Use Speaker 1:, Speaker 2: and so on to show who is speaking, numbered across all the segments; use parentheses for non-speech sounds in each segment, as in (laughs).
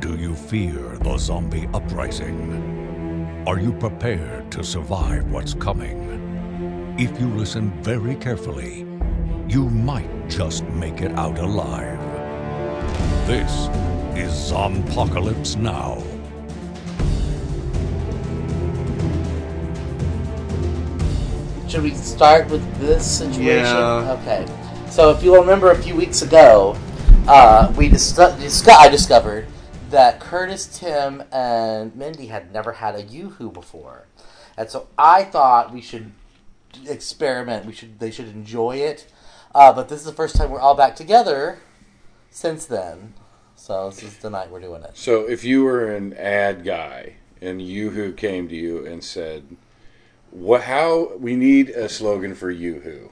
Speaker 1: Do you fear the zombie uprising? Are you prepared to survive what's coming? If you listen very carefully, you might just make it out alive. This is Zompocalypse Now.
Speaker 2: Should we start with this situation?
Speaker 3: Yeah.
Speaker 2: Okay. So if you'll remember a few weeks ago, uh, we dis- disco- I discovered that Curtis, Tim, and Mindy had never had a yoo-hoo before, and so I thought we should experiment. We should they should enjoy it. Uh, but this is the first time we're all back together since then. So this is the night we're doing it.
Speaker 4: So if you were an ad guy and Yoo-Hoo came to you and said, "What? How we need a slogan for Yoo-Hoo,"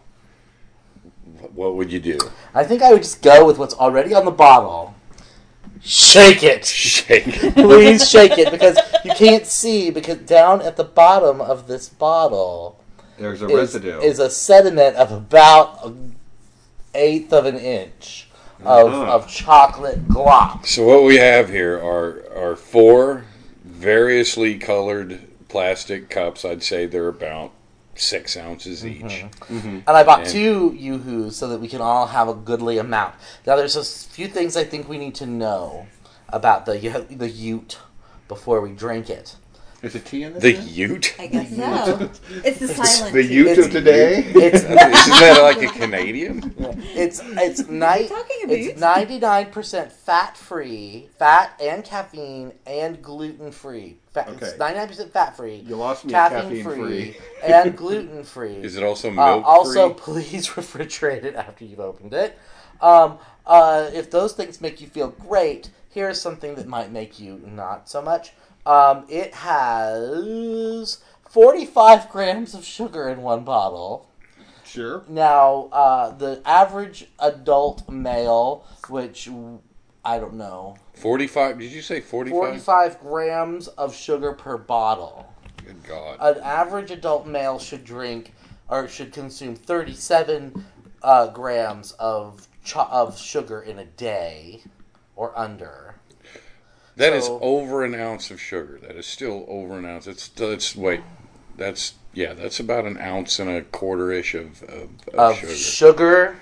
Speaker 4: what would you do?
Speaker 2: I think I would just go with what's already on the bottle. Shake it.
Speaker 4: Shake.
Speaker 2: (laughs) please shake it because you can't see because down at the bottom of this bottle
Speaker 3: There's a
Speaker 2: is,
Speaker 3: residue.
Speaker 2: is a sediment of about an eighth of an inch of,
Speaker 3: Uh-huh.
Speaker 2: of chocolate glop.
Speaker 4: so what we have here are are four variously colored plastic cups. I'd say they're about six ounces each.
Speaker 2: And I bought
Speaker 4: And-
Speaker 2: two yoo-hoos so that we can all have a goodly amount. Now there's a s- few things I think we need to know about the yo- the Ute before we drink it.
Speaker 3: There's a T in this.
Speaker 4: The
Speaker 3: thing?
Speaker 4: Ute. (laughs)
Speaker 5: I guess so. (laughs) It's the silent.
Speaker 3: the
Speaker 5: tea.
Speaker 3: Ute
Speaker 2: It's-
Speaker 3: of today.
Speaker 2: (laughs)
Speaker 4: (laughs)
Speaker 2: It's
Speaker 4: Isn't that like a Canadian?
Speaker 2: It's it's night.
Speaker 5: Talking about
Speaker 2: It's ninety nine percent fat free, fat and caffeine and gluten free.
Speaker 3: Okay.
Speaker 2: It's ninety nine percent fat free.
Speaker 3: You lost me at
Speaker 2: Caffeine
Speaker 3: caffeine-free.
Speaker 2: free
Speaker 3: (laughs)
Speaker 2: and gluten free.
Speaker 4: Is it also milk?
Speaker 2: Uh, also,
Speaker 4: free?
Speaker 2: please (laughs) refrigerate it after you've opened it. Um, uh, if those things make you feel great, here is something that might make you not so much. Um, it has forty five grams of sugar in one bottle.
Speaker 3: Sure.
Speaker 2: Now, uh, the average adult male, which I don't know,
Speaker 4: forty-five. Did you say forty-five?
Speaker 2: 45 grams of sugar per bottle.
Speaker 4: Good God.
Speaker 2: An average adult male should drink or should consume 37 uh, grams of cho- of sugar in a day or under.
Speaker 4: That is
Speaker 2: So-
Speaker 4: over an ounce of sugar. That is still over an ounce. It's that's wait, that's yeah, that's about an ounce and a quarter ish of, of, of,
Speaker 2: Of
Speaker 4: sugar.
Speaker 2: sugar.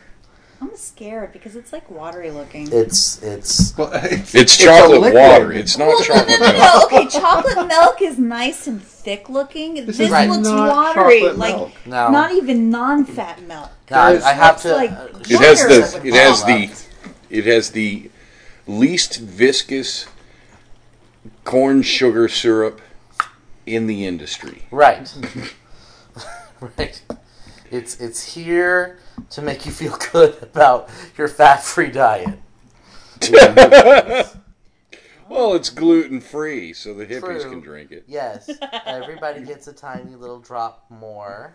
Speaker 5: I'm scared because it's like watery looking. (laughs)
Speaker 2: it's it's
Speaker 3: Well, (laughs) it's,
Speaker 4: it's
Speaker 3: a
Speaker 4: chocolate
Speaker 3: liquid.
Speaker 4: water. It's not
Speaker 5: no,
Speaker 4: chocolate
Speaker 5: no,
Speaker 2: (laughs)
Speaker 5: no,
Speaker 4: milk.
Speaker 5: no. Okay, chocolate milk is nice and thick looking. This,
Speaker 3: is
Speaker 2: Right.
Speaker 5: looks
Speaker 3: not
Speaker 5: watery,
Speaker 3: chocolate
Speaker 5: like
Speaker 3: milk.
Speaker 2: now.
Speaker 5: not even non-fat milk.
Speaker 2: now I, I have
Speaker 5: It's
Speaker 2: to.
Speaker 5: like
Speaker 2: uh,
Speaker 4: It has
Speaker 5: water
Speaker 4: the-
Speaker 5: with
Speaker 4: it has
Speaker 5: milk.
Speaker 4: the- It has the least viscous corn sugar syrup in the industry.
Speaker 2: Right. (laughs) right. It's it's here to make you feel (laughs) good about your fat-free diet.
Speaker 4: Well, it's gluten free, so the hippies
Speaker 2: True.
Speaker 4: can drink it.
Speaker 2: Yes. Everybody gets a tiny little drop more.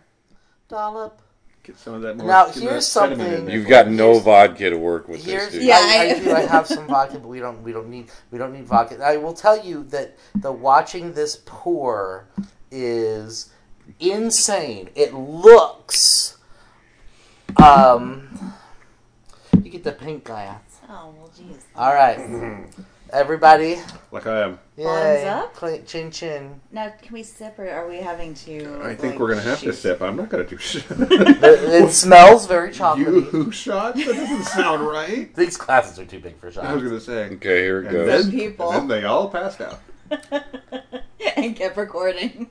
Speaker 2: Dollop.
Speaker 3: Get some of that more
Speaker 2: Now,
Speaker 3: some of
Speaker 2: here's
Speaker 3: that cinnamon in
Speaker 2: something-
Speaker 3: there.
Speaker 4: You've got no
Speaker 2: Here's-
Speaker 4: vodka to work with this,
Speaker 2: Here's
Speaker 4: dude.
Speaker 5: Yeah,
Speaker 2: I, I
Speaker 5: I-
Speaker 2: do I have (laughs) some vodka, but we don't we don't need we don't need vodka. I will tell you that the watching this pour is insane. It looks um you get the pink guy out.
Speaker 5: Oh well, jeez.
Speaker 2: All
Speaker 3: (laughs)
Speaker 2: right, everybody.
Speaker 3: Like I am.
Speaker 2: Yay.
Speaker 5: up?
Speaker 2: Clean- Chin chin.
Speaker 5: Now, can we sip or are we having to?
Speaker 3: I think
Speaker 5: Oh, like,
Speaker 3: we're gonna have to
Speaker 5: shoot?
Speaker 3: sip. I'm not gonna do shit. (laughs)
Speaker 2: It, it smells very
Speaker 3: You
Speaker 2: chocolatey.
Speaker 3: who shot? That doesn't sound right.
Speaker 2: These glasses are too big for
Speaker 3: I was
Speaker 2: shots.
Speaker 3: gonna say.
Speaker 4: Okay, here it
Speaker 3: And
Speaker 4: goes.
Speaker 3: then,
Speaker 5: people.
Speaker 3: and then they all passed out.
Speaker 5: (laughs) and kept recording.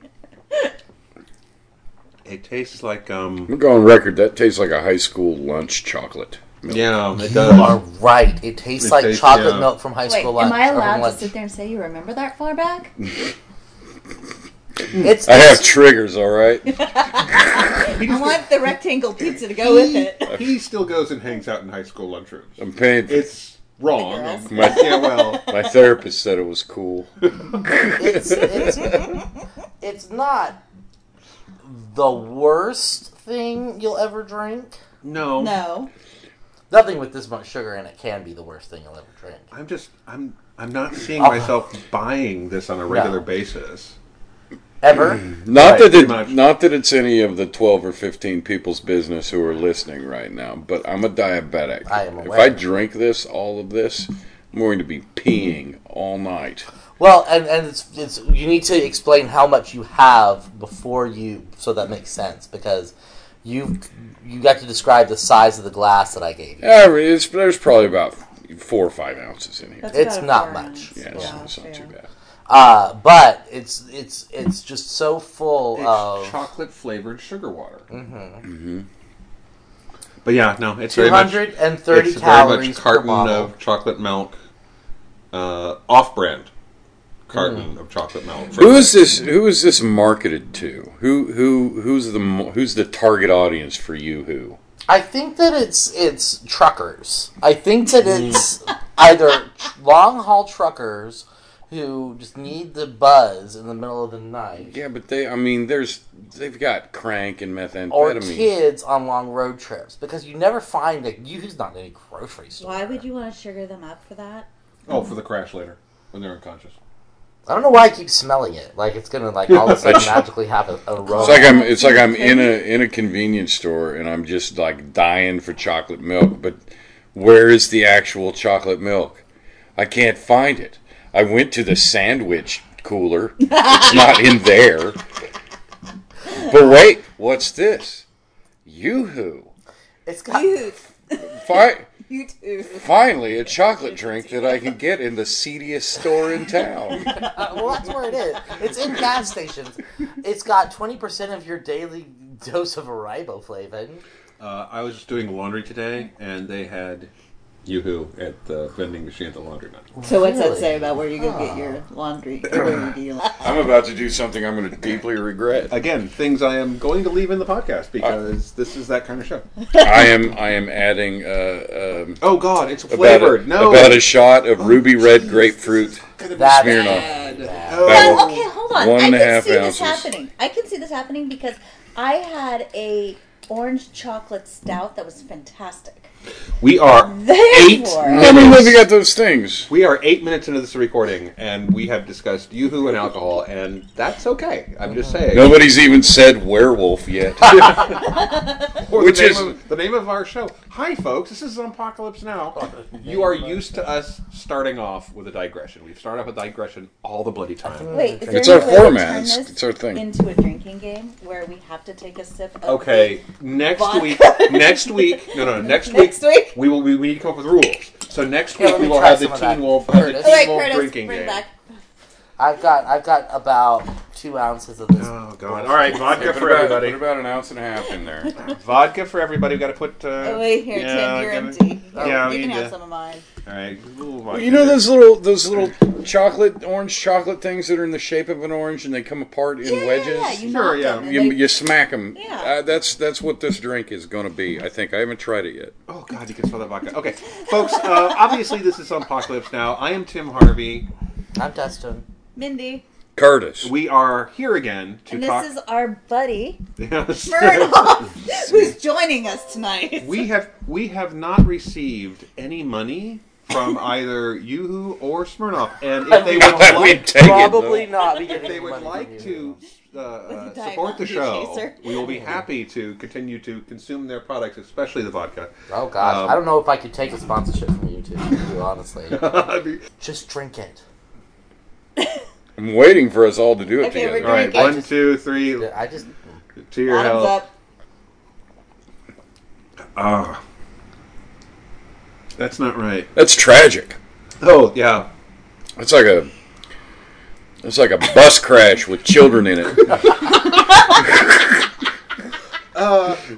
Speaker 3: It tastes like um.
Speaker 4: I'm going on record. That tastes like a high school lunch chocolate.
Speaker 3: Yeah, (laughs) it
Speaker 2: You are right. It tastes
Speaker 3: It
Speaker 2: like
Speaker 3: tastes-
Speaker 2: chocolate
Speaker 3: yeah.
Speaker 2: milk from high
Speaker 5: Wait,
Speaker 2: school lunch.
Speaker 5: am I
Speaker 2: or from
Speaker 5: allowed to
Speaker 2: lunch.
Speaker 5: sit there and say you remember that far back?
Speaker 2: It's,
Speaker 4: I have triggers, all right.
Speaker 5: I want the rectangle pizza to go with it.
Speaker 3: (laughs) He, he still goes and hangs out in high school lunchrooms.
Speaker 4: I'm paying. For,
Speaker 3: It's wrong.
Speaker 5: The girls.
Speaker 3: and- yeah, well,
Speaker 4: my therapist said it
Speaker 3: (laughs)
Speaker 4: was cool.
Speaker 2: it's, it's, it's not the worst thing you'll ever drink.
Speaker 3: no,
Speaker 5: No.
Speaker 2: Nothing with this much sugar in it can be the worst thing you'll ever drink.
Speaker 3: I'm just, I'm, I'm not seeing
Speaker 2: Oh.
Speaker 3: myself buying this on a regular basis. Mm.
Speaker 2: Ever.
Speaker 4: Not
Speaker 3: Right,
Speaker 4: that
Speaker 3: pretty
Speaker 4: it,
Speaker 3: much.
Speaker 4: not that it's any of the 12 or 15 people's business who are listening right now, but I'm a diabetic.
Speaker 2: I am
Speaker 4: if
Speaker 2: aware.
Speaker 4: I drink this, all of this, I'm going to be peeing all night.
Speaker 2: Well, and, and it's, it's you need to explain how much you have before you, so that makes sense because you you got to describe the size of the glass that I gave you.
Speaker 4: Yeah, it's, there's probably about four or five ounces in here.
Speaker 5: That's
Speaker 2: It's
Speaker 5: about a
Speaker 2: not
Speaker 5: four
Speaker 2: much.
Speaker 5: ounce
Speaker 4: Yeah, it's,
Speaker 5: glass,
Speaker 4: it's not too
Speaker 5: yeah.
Speaker 4: bad.
Speaker 2: Uh, but it's it's it's just so full
Speaker 3: It's
Speaker 2: of
Speaker 3: chocolate flavored sugar water. Mm-hmm. But yeah, no, it's very much.
Speaker 2: 230
Speaker 3: it's
Speaker 2: calories
Speaker 3: very much
Speaker 2: per
Speaker 3: carton
Speaker 2: bottle.
Speaker 3: of chocolate milk, uh, off-brand
Speaker 2: Mm-hmm.
Speaker 3: carton of chocolate milk.
Speaker 4: Who is this? Who is this marketed to? Who who who's the mo- who's the target audience for you? Who?
Speaker 2: I think that it's it's truckers. I think that
Speaker 3: Mm.
Speaker 2: it's either long haul truckers who just need the buzz in the middle of the night,
Speaker 4: Yeah, but they. I mean, there's they've got crank and methamphetamine.
Speaker 2: or kids on long road trips because you never find a you who's not in a grocery store.
Speaker 5: Why would you want to sugar them up for that?
Speaker 3: Oh, for the crash later when they're unconscious.
Speaker 2: I don't know why I keep smelling it. Like it's gonna like all of a
Speaker 4: (laughs)
Speaker 2: sudden magically have a, a
Speaker 4: It's
Speaker 2: aroma.
Speaker 4: like I'm. It's like I'm in a in a convenience store and I'm just like dying for chocolate milk. But where is the actual chocolate milk? I can't find it. I went to the sandwich cooler.
Speaker 2: (laughs)
Speaker 4: It's not in there. But wait, what's this? Yoo-hoo!
Speaker 2: it's got uh,
Speaker 5: You,
Speaker 4: Fi-
Speaker 5: you too.
Speaker 4: finally, a chocolate drink that I can get in the seediest store in town.
Speaker 2: Uh, well, that's where it is. It's in gas stations. It's got twenty percent of your daily dose of riboflavin.
Speaker 3: Uh, I was just doing laundry today, and they had yoo-hoo at the vending machine at the laundromat.
Speaker 5: So what's that
Speaker 2: Really?
Speaker 5: say about where you go get your
Speaker 4: (clears throat)
Speaker 5: laundry? Where you deal?
Speaker 4: I'm about to do something I'm going to (laughs) deeply regret.
Speaker 3: Again, things I am going to leave in the podcast because this is that kind of show.
Speaker 4: I am. I am adding. Uh, um,
Speaker 3: Oh God, it's
Speaker 4: about
Speaker 3: flavored.
Speaker 4: a,
Speaker 3: no,
Speaker 4: about a shot of ruby red grapefruit.
Speaker 2: That
Speaker 4: Smirnoff.
Speaker 3: Oh.
Speaker 5: No, okay, hold on.
Speaker 4: One
Speaker 5: I
Speaker 4: and a
Speaker 5: can
Speaker 4: half
Speaker 5: see
Speaker 4: ounces.
Speaker 5: this happening. I can see this happening because I had a orange chocolate stout that was fantastic.
Speaker 3: We are eight.
Speaker 5: Therefore,
Speaker 4: I mean, looking at those things.
Speaker 3: We are eight minutes into this recording, and we have discussed yoo-hoo and alcohol, and that's okay. I'm just saying.
Speaker 4: Nobody's even said werewolf (laughs) yet.
Speaker 3: Or
Speaker 4: Which
Speaker 3: the name
Speaker 4: is-
Speaker 3: of, the name of our show. Hi, folks. This is Apocalypse Now. You are used to us starting off with a digression. We've started off with digression all the bloody time.
Speaker 5: wait, is there
Speaker 4: It's
Speaker 5: any
Speaker 4: our
Speaker 5: way to turn
Speaker 4: format. It's-
Speaker 5: this
Speaker 4: it's our thing.
Speaker 5: Into a drinking game where we have to take a sip. Of
Speaker 3: Okay, next
Speaker 5: Vodka.
Speaker 3: week. Next week. No, no, next week.
Speaker 5: Next week?
Speaker 3: We will. We, we need to come up with rules. So next
Speaker 2: Yeah,
Speaker 3: week
Speaker 2: let
Speaker 3: we
Speaker 2: me
Speaker 3: will
Speaker 2: try
Speaker 3: have the
Speaker 2: some of
Speaker 3: Teen
Speaker 2: that.
Speaker 3: Wolf,
Speaker 2: Curtis.
Speaker 3: have the
Speaker 5: All right,
Speaker 3: teen wolf
Speaker 5: Oh, Curtis,
Speaker 3: drinking
Speaker 5: bring
Speaker 3: game.
Speaker 5: back.
Speaker 2: I've got I've got about two ounces of this.
Speaker 3: Oh God! All right, vodka for everybody.
Speaker 4: an ounce and a half in there.
Speaker 3: Vodka for everybody. We got to put. Uh,
Speaker 5: Oh, wait, here, Tim, you're
Speaker 3: give it-
Speaker 5: empty. Here,
Speaker 3: yeah,
Speaker 5: you
Speaker 3: we
Speaker 5: can
Speaker 3: need
Speaker 5: have
Speaker 3: to.
Speaker 5: some of mine.
Speaker 3: All right.
Speaker 4: (laughs) You know those little those little chocolate orange chocolate things that are in the shape of an orange and they come apart in
Speaker 5: Yeah,
Speaker 4: wedges.
Speaker 5: Yeah, yeah, you
Speaker 3: Sure,
Speaker 5: knock
Speaker 3: yeah.
Speaker 5: them and
Speaker 4: You,
Speaker 5: they-
Speaker 4: you smack them.
Speaker 5: Yeah.
Speaker 4: Uh, that's that's what this drink is going to be. I think I haven't tried it yet.
Speaker 3: Oh God, you can smell that vodka. Okay, folks. Uh, obviously, this is Apocalypse Now. I am Tim Harvey.
Speaker 2: I'm Dustin.
Speaker 5: Mindy.
Speaker 4: Curtis.
Speaker 3: We are here again to
Speaker 5: And
Speaker 3: talk.
Speaker 5: this is our
Speaker 4: (laughs)
Speaker 5: buddy,
Speaker 3: (laughs) Yes.
Speaker 5: Murdoch, who's joining us tonight.
Speaker 3: we have we have not received any money
Speaker 5: (laughs)
Speaker 3: from either Yoo-Hoo or
Speaker 4: (laughs)
Speaker 3: Smirnoff, and if they would
Speaker 4: We'd
Speaker 3: like,
Speaker 4: take it,
Speaker 2: Probably
Speaker 4: though.
Speaker 2: not be
Speaker 3: if
Speaker 2: getting
Speaker 3: they
Speaker 2: money
Speaker 3: would
Speaker 2: from
Speaker 3: like
Speaker 2: you.
Speaker 3: to uh, uh,
Speaker 5: diamond
Speaker 3: support the
Speaker 5: chaser.
Speaker 3: show, we will be happy to continue to consume their products, especially the vodka.
Speaker 2: Oh gosh,
Speaker 3: Um,
Speaker 2: I don't know if I could take a sponsorship from you two. Honestly,
Speaker 3: (laughs) I mean,
Speaker 2: just drink it.
Speaker 4: I'm waiting for us all to do it
Speaker 5: Okay, we're
Speaker 4: together.
Speaker 3: all right,
Speaker 5: I
Speaker 3: one,
Speaker 2: just-
Speaker 3: two, three,
Speaker 2: Yeah, I just
Speaker 3: to your
Speaker 5: Bottoms
Speaker 3: health.
Speaker 5: up.
Speaker 3: Ah, that's not right.
Speaker 4: That's tragic.
Speaker 3: Oh yeah.
Speaker 4: It's like a it's like a bus crash with children in it.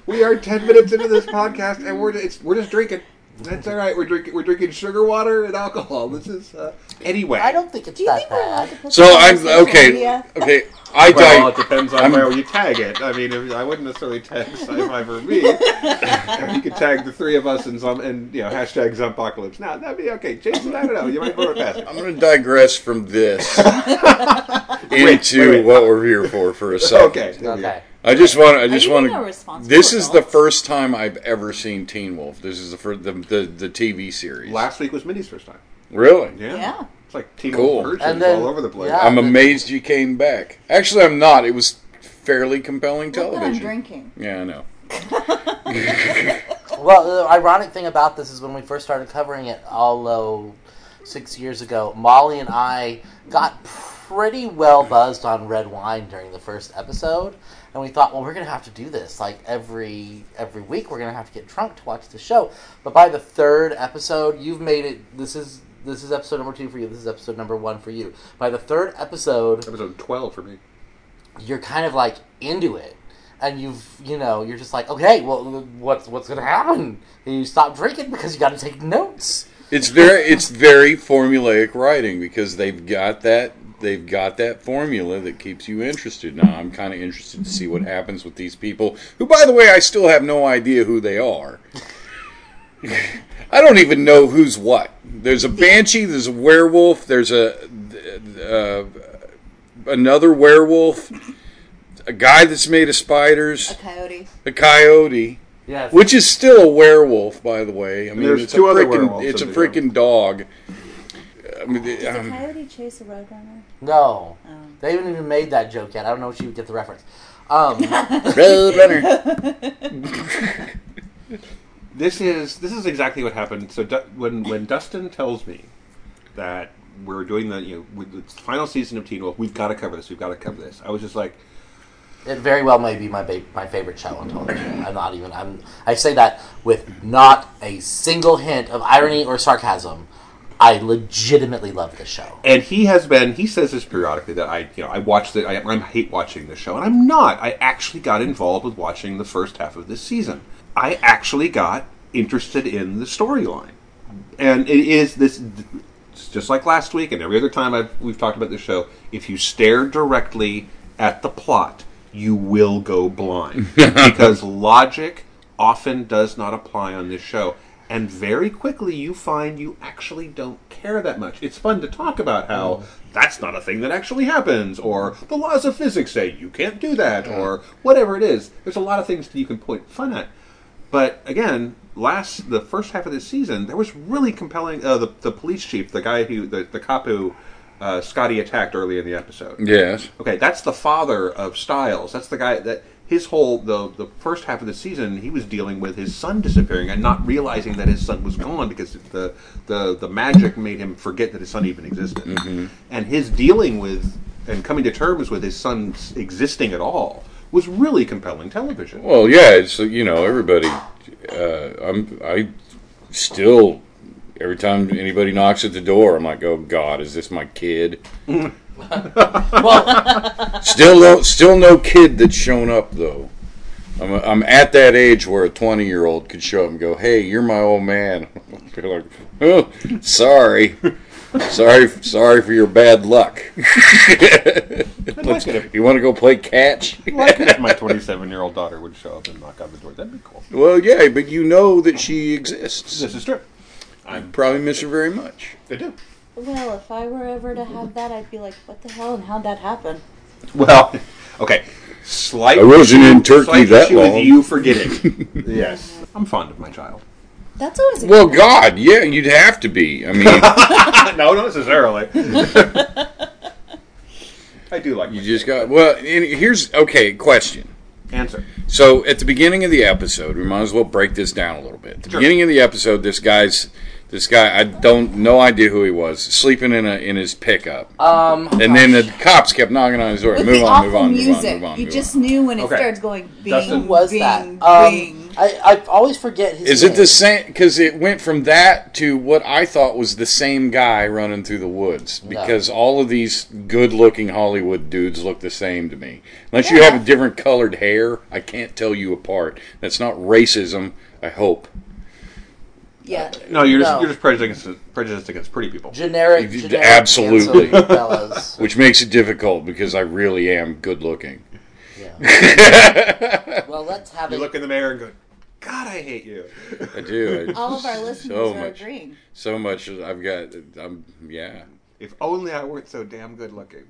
Speaker 3: We are ten minutes into this podcast, and we're it's, we're just drinking. That's all right. We're drinking we're drinking sugar water and alcohol. This is uh, anyway.
Speaker 2: I don't think it's
Speaker 5: Do you
Speaker 2: that
Speaker 5: think we're allowed
Speaker 2: bad.
Speaker 5: to put
Speaker 4: So
Speaker 5: this on
Speaker 4: I'm
Speaker 5: social
Speaker 4: okay.
Speaker 5: media?
Speaker 4: Okay, I
Speaker 3: Well, it
Speaker 4: di-
Speaker 3: depends on
Speaker 4: I'm-
Speaker 3: where you tag it. I mean, if, I wouldn't necessarily tag
Speaker 2: (laughs)
Speaker 3: sci-fi for me. you could tag the three of us and some and you know hashtag Zompocalypse. Now that'd be okay. Jason, I don't know. You might vote past it.
Speaker 4: I'm going to digress from this into
Speaker 3: wait, wait.
Speaker 4: what we're here for for a second.
Speaker 3: Okay. there we go.
Speaker 2: Okay,
Speaker 4: I just want I just
Speaker 5: you
Speaker 4: want
Speaker 5: being a
Speaker 4: to
Speaker 5: responsible
Speaker 4: This is the
Speaker 5: adult?
Speaker 4: first time I've ever seen Teen Wolf. This is the first, the, the the TV series.
Speaker 3: Last week was Minnie's first time.
Speaker 4: Really?
Speaker 3: Yeah.
Speaker 5: Yeah.
Speaker 3: It's like Teen
Speaker 4: Cool.
Speaker 3: cool.
Speaker 2: And then-
Speaker 3: all over the place.
Speaker 2: yeah.
Speaker 4: I'm amazed you came back. Actually, I'm not. It was fairly compelling
Speaker 5: Look what I'm
Speaker 4: television.
Speaker 5: drinking.
Speaker 4: Yeah, I know.
Speaker 2: well, the ironic thing about this is when we first started covering it, although six years ago, Molly and I got pretty well buzzed on red wine during the first episode, and we thought, well, we're gonna have to do this like every every week. We're gonna have to get drunk to watch the show. But by the third episode, you've made it. This is this is episode number two for you. This is episode number one for you. By the third episode,
Speaker 3: Episode 12 for me.
Speaker 2: you're kind of like into it and you've you know you're just like okay well what's what's gonna happen and you stop drinking because you gotta take notes
Speaker 4: It's very it's very formulaic writing because they've got that they've got that formula that keeps you interested. Now I'm kind of interested to see what happens with these people who by the way I still have no idea who they are. (laughs) I don't even know who's what. There's a banshee, there's a werewolf, there's a uh, another werewolf, a guy that's made of spiders,
Speaker 5: A coyote.
Speaker 4: a coyote.
Speaker 2: yeah it's-
Speaker 4: Which is still a werewolf, by the way. I mean,
Speaker 3: There's
Speaker 4: it's
Speaker 3: two
Speaker 4: a
Speaker 3: other
Speaker 4: freaking,
Speaker 3: werewolves
Speaker 4: it's a
Speaker 3: in the um, show.
Speaker 4: freaking dog. I mean, the-
Speaker 5: Does a
Speaker 4: um,
Speaker 5: coyote chase a roadrunner?
Speaker 2: no
Speaker 5: Um.
Speaker 2: they haven't even made that joke yet i don't know if you would get the reference um
Speaker 5: (laughs)
Speaker 4: Roadrunner.
Speaker 3: This is this is exactly what happened. So Du- when when Dustin tells me that we're doing the you know with the final season of Teen Wolf, we've got to cover this. We've got to cover this. I was just like,
Speaker 2: it very well may be my ba- my favorite show on television i'm not even i'm i say that with not a single hint of irony or sarcasm i legitimately love this show
Speaker 3: and he has been. He says this periodically that I you know I watch the I, I hate watching this show, and I'm not. I actually got involved with watching the first half of this season. I actually got interested in the storyline, and it is this. It's just like last week and every other time I've, we've talked about this show. If you stare directly at the plot, you will go blind because logic often does not apply on this show. And very quickly, you find you actually don't care that much. It's fun to talk about how that's not a thing that actually happens, or the laws of physics say you can't do that, or whatever it is. There's a lot of things that you can point fun at. But again, last the first half of this season, there was really compelling. Uh, the the police chief, the guy who the the cop who uh, Scotty attacked early in the episode.
Speaker 4: (laughs) Yes.
Speaker 3: Okay, that's the father of Styles. That's the guy that his whole the the first half of the season he was dealing with his son disappearing and not realizing that his son was gone because the the the magic made him forget that his son even existed. And his dealing with and coming to terms with his son existing at all was really compelling television.
Speaker 4: Well, yeah. It's uh, you know everybody. Uh, I'm I still every time anybody knocks at the door, I'm like, oh God, is this my kid?
Speaker 2: well
Speaker 4: Still no, still no kid that's shown up though. I'm, I'm at that age where a 20 year old could show up and go, "Hey, you're my old man." (laughs) Be like, "Oh, sorry, sorry, sorry for your bad luck." (laughs)
Speaker 3: I'd like it if-
Speaker 4: you want to go play catch?
Speaker 3: (laughs) like it if my 27 year old daughter would show up and knock on the door. That'd be cool.
Speaker 4: well, yeah, but you know that she exists.
Speaker 3: This is true.
Speaker 4: I probably miss her very much.
Speaker 3: They do.
Speaker 5: Well, if I were ever to have that, I'd be like, what the hell and how'd that happen?
Speaker 3: Well, okay. Slight.
Speaker 4: I wasn't in Turkey
Speaker 3: slight
Speaker 4: that
Speaker 3: issue
Speaker 4: long.
Speaker 3: With you
Speaker 4: (laughs)
Speaker 3: forgetting. yes, I'm fond of my child.
Speaker 5: That's always a
Speaker 4: Well,
Speaker 5: good
Speaker 4: God, yeah, you'd have to be. I (laughs) mean,
Speaker 3: Uh, no, not (laughs) necessarily. I do like
Speaker 4: you just got. Well, and here's okay. Question.
Speaker 3: answer.
Speaker 4: So at the beginning of the episode, we might as well break this down a little bit. At the beginning of the episode, this guy's this guy I don't no idea who he was sleeping in a in his pickup,
Speaker 2: um
Speaker 4: and then the cops kept knocking on his door.
Speaker 5: With
Speaker 4: move
Speaker 5: the
Speaker 4: on,
Speaker 5: awful
Speaker 4: move on, move on,
Speaker 5: music,
Speaker 4: move on,
Speaker 5: you
Speaker 4: move
Speaker 5: just
Speaker 4: on.
Speaker 5: knew when it
Speaker 3: Okay.
Speaker 5: starts going bing,
Speaker 3: Dustin,
Speaker 2: was
Speaker 5: bing,
Speaker 2: that um
Speaker 5: bing.
Speaker 2: I, I always forget his
Speaker 4: Is it the
Speaker 2: name.
Speaker 4: same? Because it went from that to what I thought was the same guy running through the woods. Because all of these good-looking Hollywood dudes look the same to me, unless you have a different colored hair. I can't tell you apart. That's not racism. I hope.
Speaker 5: yeah,
Speaker 3: No, you're just
Speaker 2: No.
Speaker 3: you're just prejudiced against, prejudiced against pretty people.
Speaker 2: generic,
Speaker 4: You-
Speaker 2: generic
Speaker 4: absolutely.
Speaker 2: handsome
Speaker 4: (laughs)
Speaker 2: fellas.
Speaker 4: Which makes it difficult because I really am good looking.
Speaker 2: Well, let's have
Speaker 3: You
Speaker 2: it.
Speaker 3: look in the mirror and go, God, I hate you.
Speaker 4: I (laughs) do. I,
Speaker 5: all of our listeners
Speaker 4: so
Speaker 5: are
Speaker 4: much,
Speaker 5: agreeing.
Speaker 4: so much. I've got. I'm yeah.
Speaker 3: If only I weren't so damn good looking.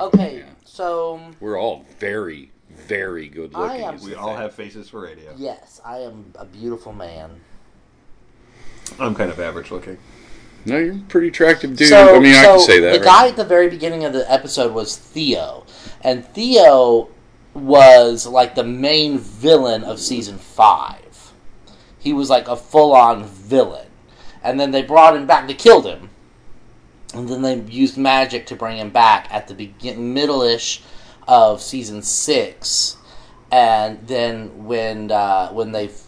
Speaker 2: okay,
Speaker 4: Yeah.
Speaker 2: so
Speaker 4: We're all very, very good
Speaker 2: I
Speaker 4: looking.
Speaker 2: am-
Speaker 4: is
Speaker 3: We
Speaker 4: the
Speaker 3: all
Speaker 4: thing.
Speaker 3: have faces for radio.
Speaker 2: yes, I am a beautiful man.
Speaker 3: I'm kind of average looking.
Speaker 4: No, you're a pretty attractive dude.
Speaker 2: so,
Speaker 4: I mean, I
Speaker 2: so
Speaker 4: can say that.
Speaker 2: The
Speaker 4: right?
Speaker 2: guy at the very beginning of the episode was Theo, and Theo was like the main villain of season five. He was like a full-on villain, and then they brought him back. They killed him and then they used magic to bring him back at the begin middle-ish of season six, and then when uh, when they f-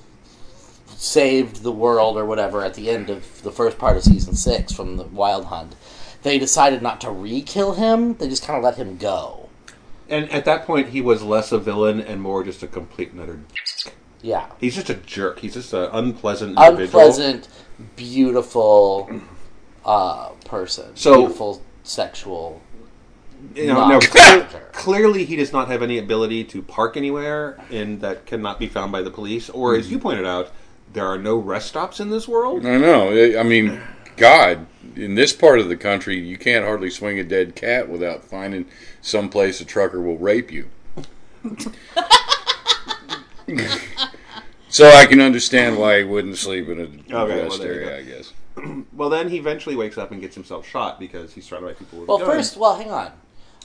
Speaker 2: saved the world or whatever at the end of the first part of season six from the Wild Hunt, they decided not to re-kill him. They just kind of let him go.
Speaker 3: And at that point, he was less a villain and more just a complete and utter.
Speaker 2: Yeah,
Speaker 3: He's just a jerk. He's just an unpleasant individual.
Speaker 2: unpleasant, beautiful uh, person.
Speaker 3: So-
Speaker 2: beautiful sexual.
Speaker 3: You know, now,
Speaker 2: Not
Speaker 3: clear-
Speaker 2: character.
Speaker 3: clearly, he does not have any ability to park anywhere, and that cannot be found by the police. Or, as you pointed out, there are no rest stops in this world.
Speaker 4: I know. I- I mean, God, in this part of the country, you can't hardly swing a dead cat without finding some place a trucker will rape you. so I can understand why he wouldn't sleep in a
Speaker 3: well,
Speaker 4: rest
Speaker 3: there you
Speaker 4: area,
Speaker 3: go.
Speaker 4: I guess.
Speaker 3: Well, then he eventually wakes up and gets himself shot because he's surrounded by people with
Speaker 2: Well,
Speaker 3: guns.
Speaker 2: first, well, hang on.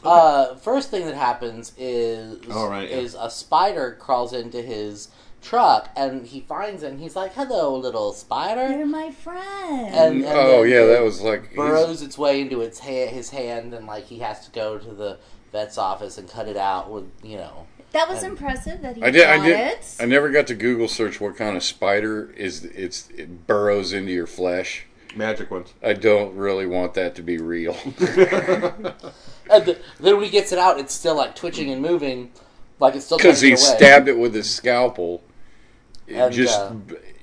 Speaker 2: Uh, first thing that happens is
Speaker 3: All right, yeah.
Speaker 2: is a spider crawls into his truck and he finds it and he's like, "Hello, little spider,"
Speaker 5: You're my friend.
Speaker 2: and, and
Speaker 4: oh
Speaker 2: then
Speaker 4: yeah,
Speaker 2: it
Speaker 4: that was like his,
Speaker 2: burrows its way into its ha- his hand and like he has to go to the vet's office and cut it out with you know.
Speaker 5: that was impressive that he
Speaker 4: um, I did.
Speaker 5: got
Speaker 4: I did.
Speaker 5: it.
Speaker 4: I never got to Google search what kind of spider is. It's it burrows into your flesh.
Speaker 3: magic ones.
Speaker 4: I don't really want that to be real. (laughs)
Speaker 2: And th- then when he gets it out, it's still like twitching and moving, like it's still
Speaker 4: because
Speaker 2: trying
Speaker 4: he
Speaker 2: to get away.
Speaker 4: stabbed it with his scalpel. It
Speaker 2: And,
Speaker 4: just,
Speaker 2: uh,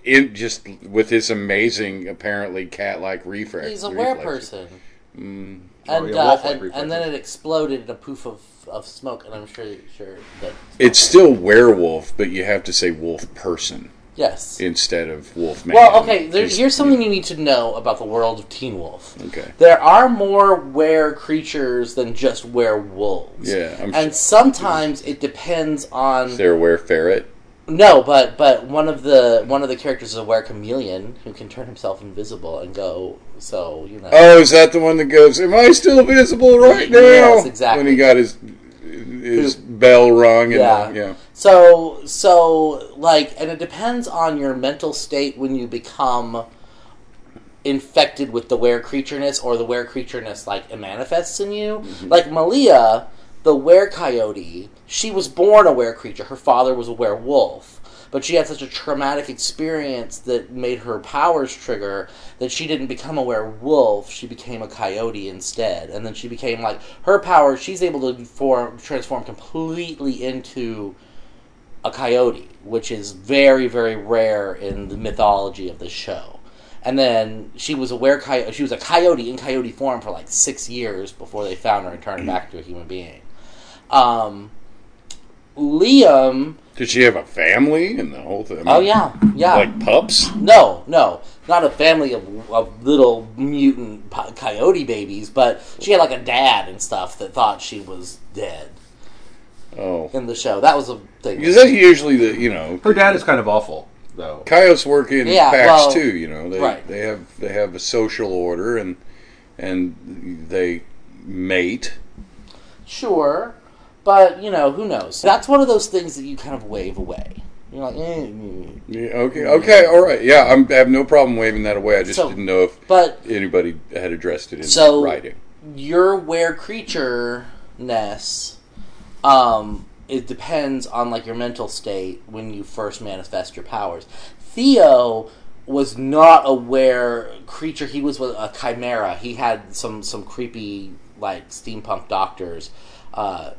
Speaker 4: it just with his amazing, apparently cat-like reflex.
Speaker 2: He's a were
Speaker 4: reflexes.
Speaker 2: person.
Speaker 4: mm,
Speaker 3: Oh,
Speaker 2: And,
Speaker 3: yeah,
Speaker 2: uh,
Speaker 3: wolf-like
Speaker 2: and,
Speaker 3: reflexes.
Speaker 2: and then it exploded in a poof of, of smoke, and I'm sure sure that
Speaker 4: It's still werewolf, but you have to say wolf person
Speaker 2: yes.
Speaker 4: instead of wolf man.
Speaker 2: well, okay. There,
Speaker 4: 'Cause-
Speaker 2: here's something you need to know about the world of Teen Wolf.
Speaker 4: Okay.
Speaker 2: There are more were creatures than just werewolves.
Speaker 4: Yeah, I'm
Speaker 2: and
Speaker 4: sure.
Speaker 2: sometimes it depends on
Speaker 4: Is there a were ferret?
Speaker 2: no, but but one of the one of the characters is a were chameleon who can turn himself invisible and go. So you know.
Speaker 4: Oh, is that the one that goes? Am I still visible right now?
Speaker 2: Yes, exactly.
Speaker 4: When he got his his bell rung. And,
Speaker 2: Yeah.
Speaker 4: yeah.
Speaker 2: So so like and it depends on your mental state when you become infected with the were creatureness or the were creatureness like it manifests in you. Like Malia, the were coyote, she was born a were creature. Her father was a werewolf. But she had such a traumatic experience that made her powers trigger that she didn't become a werewolf. She became a coyote instead, and then she became like her power. She's able to form, transform completely into a coyote, which is very, very rare in the mythology of the show. And then she was a were coyote. She was a coyote in coyote form for like six years before they found her and turned her back to a human being. Um, Liam,
Speaker 4: Did she have a family and the whole thing?
Speaker 2: oh yeah, yeah,
Speaker 4: Like pups?
Speaker 2: no, no, not a family of, of little mutant po- coyote babies, but she had like a dad and stuff that thought she was dead
Speaker 4: Oh.
Speaker 2: in the show. That was a thing.
Speaker 4: Because that's usually the you know
Speaker 3: Her dad is kind of awful, though.
Speaker 4: coyotes work in
Speaker 2: Yeah,
Speaker 4: packs
Speaker 2: well,
Speaker 4: too. You know, they
Speaker 2: right.
Speaker 4: they have they have a social order and and they mate.
Speaker 2: Sure, but you know who knows. That's one of those things that you kind of wave away. You're like, eh, mm.
Speaker 4: Yeah, okay, okay, all right. Yeah, I'm, I have no problem waving that away. I just
Speaker 2: So-
Speaker 4: didn't know if
Speaker 2: but
Speaker 4: anybody had addressed it in
Speaker 2: So-
Speaker 4: writing.
Speaker 2: your where creature ness, um, it depends on like your mental state when you first manifest your powers. Theo was not a were creature. He was a chimera. He had some some creepy like steampunk doctors. Uh,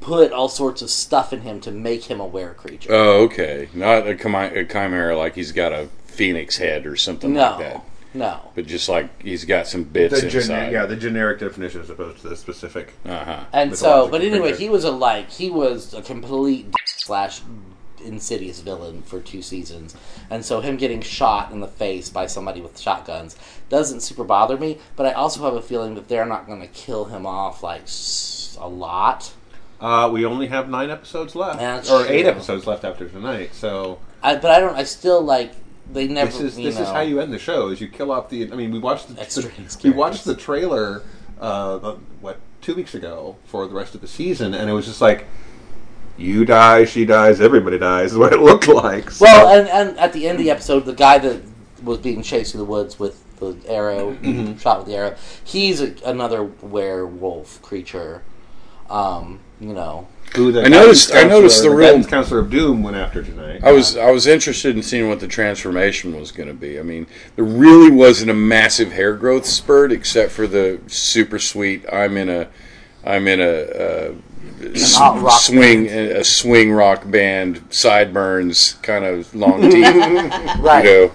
Speaker 2: put all sorts of stuff in him to make him a were creature.
Speaker 4: Oh, okay, not a, chima- a chimera like he's got a phoenix head or something
Speaker 2: no,
Speaker 4: like that,
Speaker 2: no.
Speaker 4: but just like he's got some bits
Speaker 3: The gen-
Speaker 4: inside.
Speaker 3: yeah, the generic definition as opposed to the specific.
Speaker 4: Uh-huh.
Speaker 2: And so, but
Speaker 3: mythological
Speaker 2: anyway,
Speaker 3: figure.
Speaker 2: he was a like he was a complete slash insidious villain for two seasons, and so him getting shot in the face by somebody with shotguns doesn't super bother me. But I also have a feeling that they're not going to kill him off like s- a lot.
Speaker 3: Uh, we only have nine episodes left,
Speaker 2: That's
Speaker 3: or eight
Speaker 2: true.
Speaker 3: episodes left after tonight. So
Speaker 2: I, but I don't. I still like they never.
Speaker 3: this is
Speaker 2: you
Speaker 3: this
Speaker 2: know,
Speaker 3: is how you end the show: is you kill off the. I mean, we watched the,
Speaker 2: Extra
Speaker 3: the-
Speaker 2: characters.
Speaker 3: we watched the trailer. Uh, what two weeks ago for the rest of the season, and it was just like, you die, she dies, everybody dies. (laughs) Is what it looked like. So-
Speaker 2: Well, and, and at the end of the episode, the guy that was being chased through the woods with the arrow shot with the arrow. He's a, another werewolf creature. Um, you know,
Speaker 3: Who the
Speaker 4: I noticed-
Speaker 3: guidance
Speaker 4: I
Speaker 3: counselor-
Speaker 4: noticed the
Speaker 3: the
Speaker 4: real-
Speaker 3: guidance counselor of Doom went after tonight.
Speaker 4: I was I was interested in seeing what the transformation was going to be. I mean, there really wasn't a massive hair growth spurt, except for the super sweet. I'm in a I'm in a, uh, s-
Speaker 2: hot rock
Speaker 4: swing a swing rock band, sideburns, kind of long teeth. you
Speaker 2: right?
Speaker 4: know,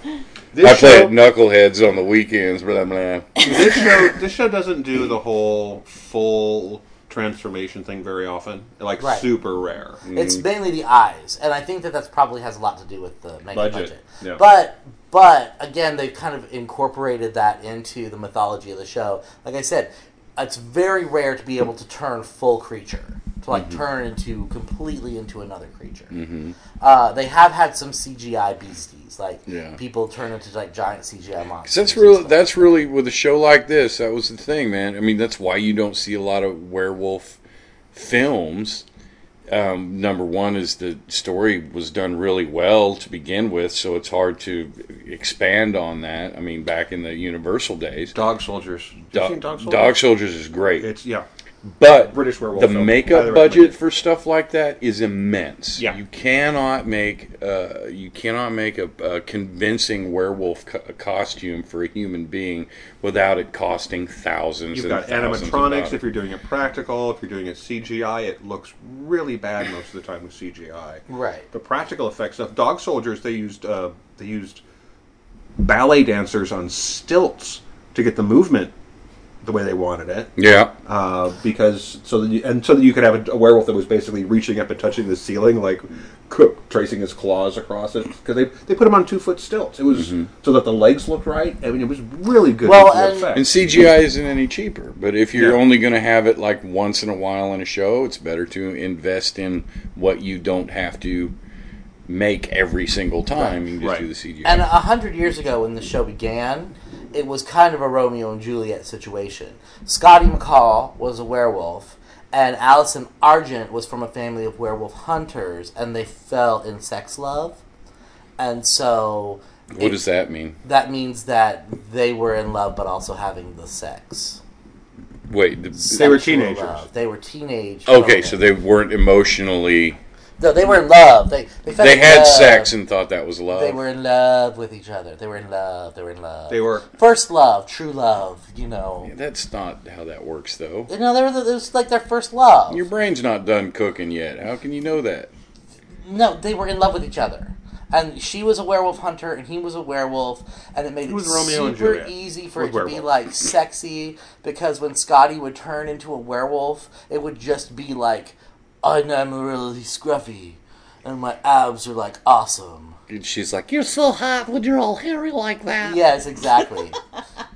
Speaker 3: This
Speaker 4: I play
Speaker 3: show-
Speaker 4: at Knuckleheads on the weekends, blah blah.
Speaker 3: this show this show doesn't do the whole full transformation thing very often. Like
Speaker 2: Right.
Speaker 3: super rare.
Speaker 2: It's mainly the eyes, and I think that that's probably has a lot to do with the mega budget.
Speaker 3: Budget, yeah.
Speaker 2: But but again, they've kind of incorporated that into the mythology of the show. Like I said, it's very rare to be able to turn full creature to like
Speaker 4: Mm-hmm.
Speaker 2: turn into completely into another creature. Uh, they have had some CGI beasties, like
Speaker 4: Yeah.
Speaker 2: people turn into like giant CGI monsters.
Speaker 4: 'Cause That's
Speaker 2: and
Speaker 4: real.
Speaker 2: stuff.
Speaker 4: That's really with a show like this. That was the thing, man. I mean, that's why you don't see a lot of werewolf films. Um, number one is the story was done really well to begin with, so it's hard to expand on that. I mean, back in the Universal days,
Speaker 3: Dog soldiers.
Speaker 4: Do-
Speaker 3: you seen dog soldiers?
Speaker 4: Dog Soldiers is great,
Speaker 3: It's yeah.
Speaker 4: but
Speaker 3: British werewolf
Speaker 4: the
Speaker 3: film. Highly
Speaker 4: makeup
Speaker 3: recommend
Speaker 4: budget
Speaker 3: it.
Speaker 4: for stuff like that is immense.
Speaker 3: Yeah.
Speaker 4: you cannot make uh, you cannot make a, a convincing werewolf co- costume for a human being without it costing 1000s
Speaker 3: You've
Speaker 4: and
Speaker 3: got
Speaker 4: thousands of
Speaker 3: animatronics.
Speaker 4: dollars.
Speaker 3: If you're doing it practical, if you're doing it CGI, it looks really bad most of the time with CGI.
Speaker 2: right.
Speaker 3: The practical effects stuff. Dog soldiers. They used uh, they used ballet dancers on stilts to get the movement the way they wanted it.
Speaker 4: yeah,
Speaker 3: uh, because so that you, and so that you could have a, a werewolf that was basically reaching up and touching the ceiling, like c- tracing his claws across it. Because they they put him on two foot stilts. It was
Speaker 4: Mm-hmm.
Speaker 3: so that the legs looked right. I mean, it was really good.
Speaker 2: Well,
Speaker 3: visual
Speaker 2: and-
Speaker 3: effects.
Speaker 4: and CGI isn't any cheaper. But if you're
Speaker 3: Yeah.
Speaker 4: only going to have it like once in a while in a show, it's better to invest in what you don't have to make every single time. You just
Speaker 3: Right.
Speaker 4: do the CGI.
Speaker 2: And a hundred years ago, when the show began, it was kind of a Romeo and Juliet situation. Scotty McCall was a werewolf, and Allison Argent was from a family of werewolf hunters, and they fell in sex love. And so
Speaker 4: what does that mean?
Speaker 2: that means that they were in love, but also having the sex.
Speaker 4: Wait, the,
Speaker 3: They
Speaker 2: Sexual
Speaker 3: were teenagers.
Speaker 2: love. They were teenage.
Speaker 4: okay, so
Speaker 2: romance.
Speaker 4: they weren't emotionally.
Speaker 2: no, they were in love. They they, fell
Speaker 4: they
Speaker 2: in
Speaker 4: had
Speaker 2: love.
Speaker 4: sex and thought that was love.
Speaker 2: They were in love with each other. They were in love. They were in love.
Speaker 3: they were
Speaker 2: first love, true love. You know.
Speaker 4: That's not how that works, though.
Speaker 2: You know, they were the, it was like their first love.
Speaker 4: Your brain's not done cooking yet. How can you know that?
Speaker 2: No, they were in love with each other. And she was a werewolf hunter, and he was a werewolf, and it made it,
Speaker 3: was Romeo and
Speaker 2: super
Speaker 3: Juliet
Speaker 2: easy for it
Speaker 3: with
Speaker 2: to be
Speaker 3: werewolves.
Speaker 2: like sexy. Because when Scotty would turn into a werewolf, it would just be like, "And "I'm really scruffy, and my abs are like awesome."
Speaker 4: And she's like, "You're
Speaker 6: You're so hot when you're all hairy like that.
Speaker 2: Yes, exactly.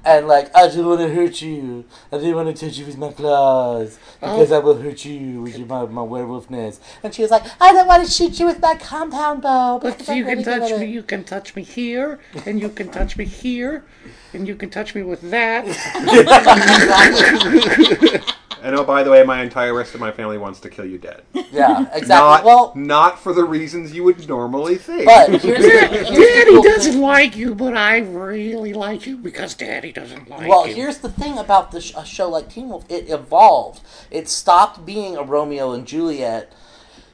Speaker 2: and like, I didn't want to hurt you. I didn't want to touch you with my claws because I will hurt you with your, my, my werewolfness. And she was like, I don't want to shoot you with my compound bow.
Speaker 6: But
Speaker 2: because I'm
Speaker 6: you
Speaker 2: really
Speaker 6: can
Speaker 2: good
Speaker 6: touch
Speaker 2: at
Speaker 6: me.
Speaker 2: it."
Speaker 6: You can touch me here, and you can touch me here, and you can touch me with that.
Speaker 2: (laughs)
Speaker 3: and oh by the way, my entire rest of my family wants to kill
Speaker 2: (laughs)
Speaker 3: you dead.
Speaker 2: Yeah, exactly.
Speaker 3: Not
Speaker 2: well,
Speaker 3: not for the reasons you would normally think.
Speaker 2: but here's
Speaker 6: (laughs)
Speaker 2: the, here's the
Speaker 6: Daddy
Speaker 2: cool
Speaker 6: doesn't
Speaker 2: thing.
Speaker 6: like you, but I really like you because Daddy doesn't like
Speaker 2: Well,
Speaker 6: you.
Speaker 2: here's the thing about the sh- a show like Teen Wolf. It evolved. It stopped being a Romeo and Juliet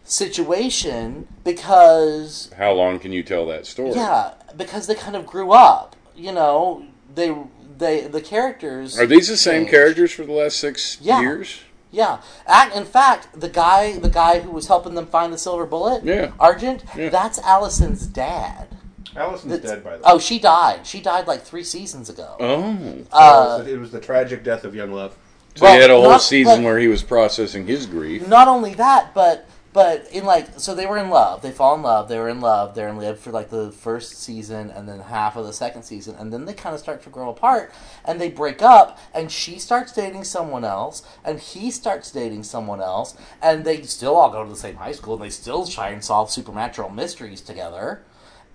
Speaker 2: situation because
Speaker 4: how long can you tell that story?"
Speaker 2: Yeah, because they kind of grew up. You know, they they the characters
Speaker 4: Are these the same
Speaker 2: changed.
Speaker 4: characters for the last six
Speaker 2: Yeah.
Speaker 4: years?
Speaker 2: Yeah, and in fact, the guy the guy who was helping them find the silver bullet,
Speaker 4: Yeah.
Speaker 2: Argent,
Speaker 4: Yeah.
Speaker 2: that's Allison's dad.
Speaker 3: Allison's
Speaker 2: That's-
Speaker 3: dead by the way.
Speaker 2: Oh, she died. She died like three seasons ago.
Speaker 4: Oh,
Speaker 2: uh,
Speaker 3: it was the tragic death of young love.
Speaker 4: so he
Speaker 2: well,
Speaker 4: had a whole
Speaker 2: not-
Speaker 4: season
Speaker 2: but-
Speaker 4: where he was processing his grief.
Speaker 2: not only that, but but in like so they were in love. They fall in love. They were in love. They're in love for like the first season and then half of the second season, and then they kind of start to grow apart and they break up. And she starts dating someone else, and he starts dating someone else, and they still all go to the same high school, and they still try and solve supernatural mysteries together.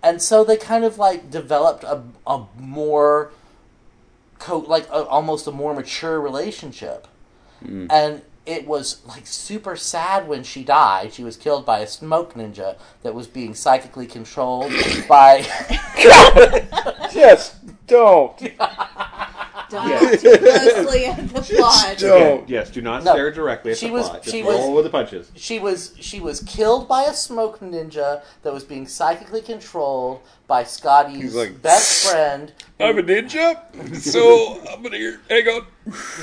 Speaker 2: And so they kind of like developed a a more co- like a, almost a more mature relationship and it was like super sad when she died. She was killed by a smoke ninja (laughs) that was being psychically controlled by
Speaker 4: Yes, Don't.
Speaker 5: Don't look too closely
Speaker 4: (laughs)
Speaker 5: at the plot.
Speaker 4: Don't.
Speaker 3: Oh, Yes, do not
Speaker 2: No.
Speaker 3: stare directly at
Speaker 2: She
Speaker 3: the
Speaker 2: was-
Speaker 3: plot.
Speaker 2: she
Speaker 3: Just
Speaker 2: was-
Speaker 3: roll with the punches.
Speaker 2: She was she was killed by a smoke ninja that was being psychically controlled by Scotty's
Speaker 4: He's like,
Speaker 2: best friend.
Speaker 4: I'm
Speaker 2: (laughs)
Speaker 4: a ninja, so I'm gonna hear. Hang on.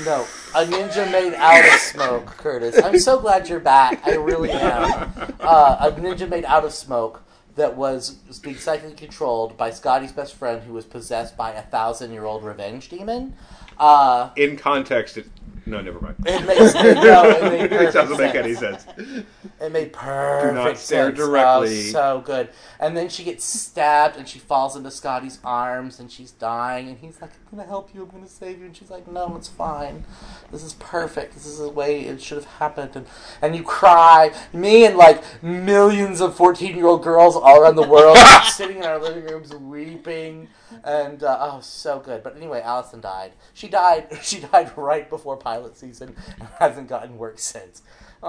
Speaker 2: No, a ninja made out of smoke, Curtis. I'm so glad you're back. I really am. Uh, a ninja made out of smoke that was was being psychically controlled by Scotty's best friend, who was possessed by a thousand year old revenge demon. Uh,
Speaker 3: In context, it, no, never mind.
Speaker 2: it makes
Speaker 3: (laughs)
Speaker 2: no, it made
Speaker 3: it
Speaker 2: perfect
Speaker 3: doesn't make
Speaker 2: sense.
Speaker 3: any sense.
Speaker 2: It made perfect
Speaker 3: not stare
Speaker 2: sense.
Speaker 3: directly.
Speaker 2: Oh, so good. And then she gets stabbed and she falls into Scotty's arms and she's dying and he's like, I'm gonna help you, I'm gonna save you and she's like, No, it's fine. This is perfect. This is the way it should have happened and, and you cry. Me and like millions of fourteen year old girls all around the world
Speaker 3: (laughs)
Speaker 2: are sitting in our living rooms weeping and uh, oh so good. But anyway, Allison died. She died (laughs) she died right before pilot season and hasn't gotten work since.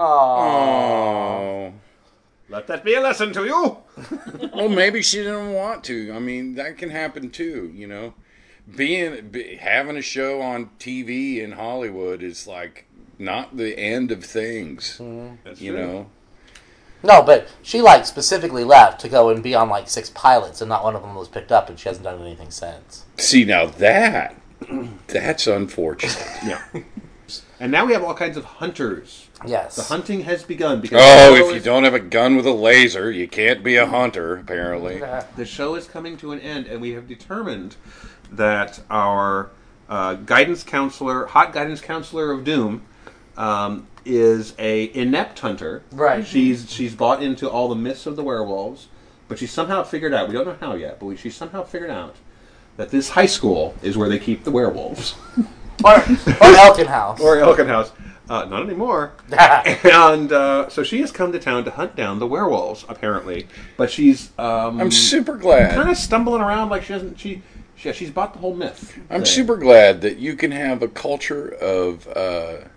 Speaker 2: Aww.
Speaker 4: Oh.
Speaker 3: Let that be a lesson to you.
Speaker 4: Well, maybe she didn't want to. I mean, that can happen too. You know, being be, having a show on TV in Hollywood is like not the end of things.
Speaker 3: Mm-hmm. That's
Speaker 4: You
Speaker 3: true.
Speaker 4: know.
Speaker 2: No, but she like specifically left to go and be on like six pilots, and not one of them was picked up, and she hasn't done anything since.
Speaker 4: See now that that's unfortunate.
Speaker 3: (laughs) Yeah. and now we have all kinds of hunters.
Speaker 2: Yes,
Speaker 3: The hunting has begun because
Speaker 4: oh,
Speaker 3: the show
Speaker 4: if you
Speaker 3: is-
Speaker 4: don't have a gun with a laser, you can't be a hunter. Apparently.
Speaker 3: the show is coming to an end, and we have determined that our uh, guidance counselor, hot guidance counselor of doom, um, is a inept hunter.
Speaker 2: Right.
Speaker 3: She's she's bought into all the myths of the werewolves, but she somehow figured out. We don't know how yet, but we, she somehow figured out that this high school is where they keep the werewolves
Speaker 2: or,
Speaker 3: (laughs)
Speaker 2: or Elkin House.
Speaker 3: or Elkinhouse. Uh, not anymore. and uh, so she has come to town to hunt down the werewolves, apparently. But she's um,
Speaker 4: I'm super glad.
Speaker 3: kind of stumbling around like she doesn't. She, she she's bought the whole myth.
Speaker 4: I'm
Speaker 3: thing.
Speaker 4: super glad that you can have a culture of uh,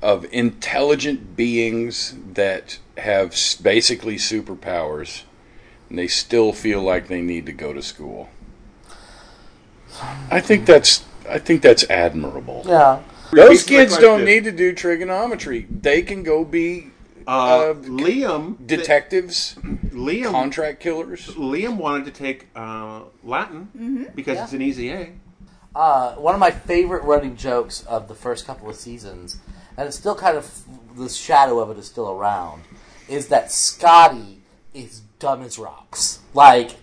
Speaker 4: of intelligent beings that have s- basically superpowers, and they still feel like they need to go to school. I think that's I think that's admirable.
Speaker 2: (laughs) yeah,
Speaker 4: Those
Speaker 3: Repeat the
Speaker 4: kids don't
Speaker 3: question.
Speaker 4: need to do trigonometry. They can go be
Speaker 3: Uh, Liam (clears throat)
Speaker 4: detectives,
Speaker 3: Liam
Speaker 4: contract killers.
Speaker 3: Liam wanted to take uh, Latin because it's an easy A.
Speaker 2: uh, one of my favorite running jokes of the first couple of seasons, and it's still kind of the shadow of it is still around, is that Scotty is dumb as rocks. Like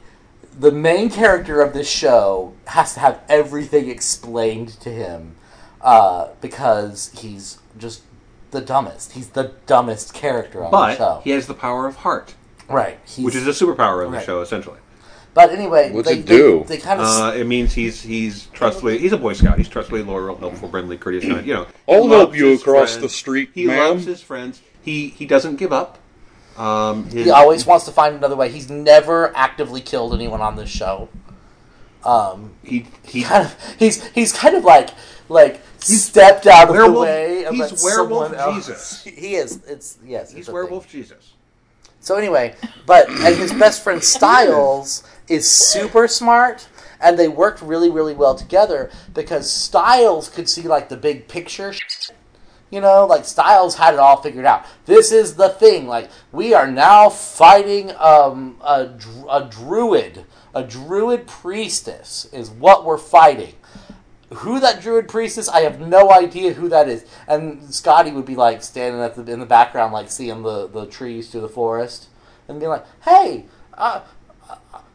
Speaker 2: the main character of this show has to have everything explained to him uh, because he's just the dumbest. He's the dumbest character
Speaker 4: Oh,
Speaker 2: on the show.
Speaker 3: But he has the power of heart,
Speaker 2: right. He's,
Speaker 3: which is a superpower of the
Speaker 2: Right.
Speaker 3: show, essentially.
Speaker 2: but anyway,
Speaker 4: What's
Speaker 2: they,
Speaker 4: it do?
Speaker 2: They, they kind of.
Speaker 3: Uh, it means he's he's trustworthy. He's a Boy Scout. He's trustworthy, loyal, helpful, friendly, courteous. kind, You know, He
Speaker 4: I'll help
Speaker 3: loves
Speaker 4: you
Speaker 3: his
Speaker 4: across the street,
Speaker 3: He
Speaker 4: ma'am.
Speaker 3: loves his friends. He he doesn't give up. Um, his,
Speaker 2: he always wants to find another way. He's never actively killed anyone on this show.
Speaker 3: he
Speaker 4: (laughs)
Speaker 3: he
Speaker 2: Kind of, he's he's kind of like like stepped out of the
Speaker 3: werewolf-
Speaker 2: way. Of
Speaker 3: he's
Speaker 2: let someone
Speaker 3: werewolf
Speaker 2: else-
Speaker 3: Jesus.
Speaker 2: (laughs) He is. It's yes. it's
Speaker 3: he's
Speaker 2: a thing.
Speaker 3: werewolf Jesus.
Speaker 2: So anyway, but and his best friend Styles is super smart, and they worked really, really well together because Styles could see like the big picture. shit. You know, like Styles had it all figured out. This is the thing. Like we are now fighting um, a dru- a druid, a druid priestess is what we're fighting. Who that druid priestess? I have no idea who that is. And Scotty would be like standing at the in the background, like seeing the the trees through the forest, and be like, "Hey, uh,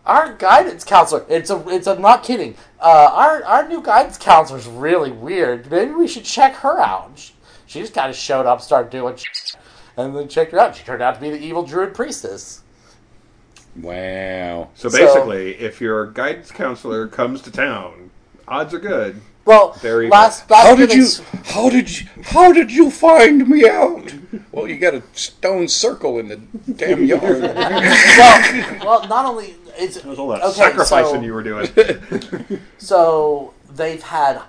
Speaker 2: our guidance counselor. It's a it's. I'm not kidding. Uh, our our new guidance counselor's really weird. Maybe we should check her out." She, she just kind of showed up, started doing, shit, and then checked her out. She turned out to be the evil druid priestess.
Speaker 4: Wow.
Speaker 3: So
Speaker 2: So-
Speaker 3: basically, if your guidance counselor comes to town, odds are good.
Speaker 2: Well,
Speaker 3: Very
Speaker 2: last, last
Speaker 4: How did
Speaker 2: minute-
Speaker 4: you? How did you? How did you find me out? Well, you got a stone circle in the (laughs) damn yard.
Speaker 2: Well,
Speaker 4: (laughs)
Speaker 2: well, not only is
Speaker 3: There's all that
Speaker 2: okay,
Speaker 3: sacrificing
Speaker 2: so-
Speaker 3: you
Speaker 2: (laughs)
Speaker 3: were doing.
Speaker 2: So they've had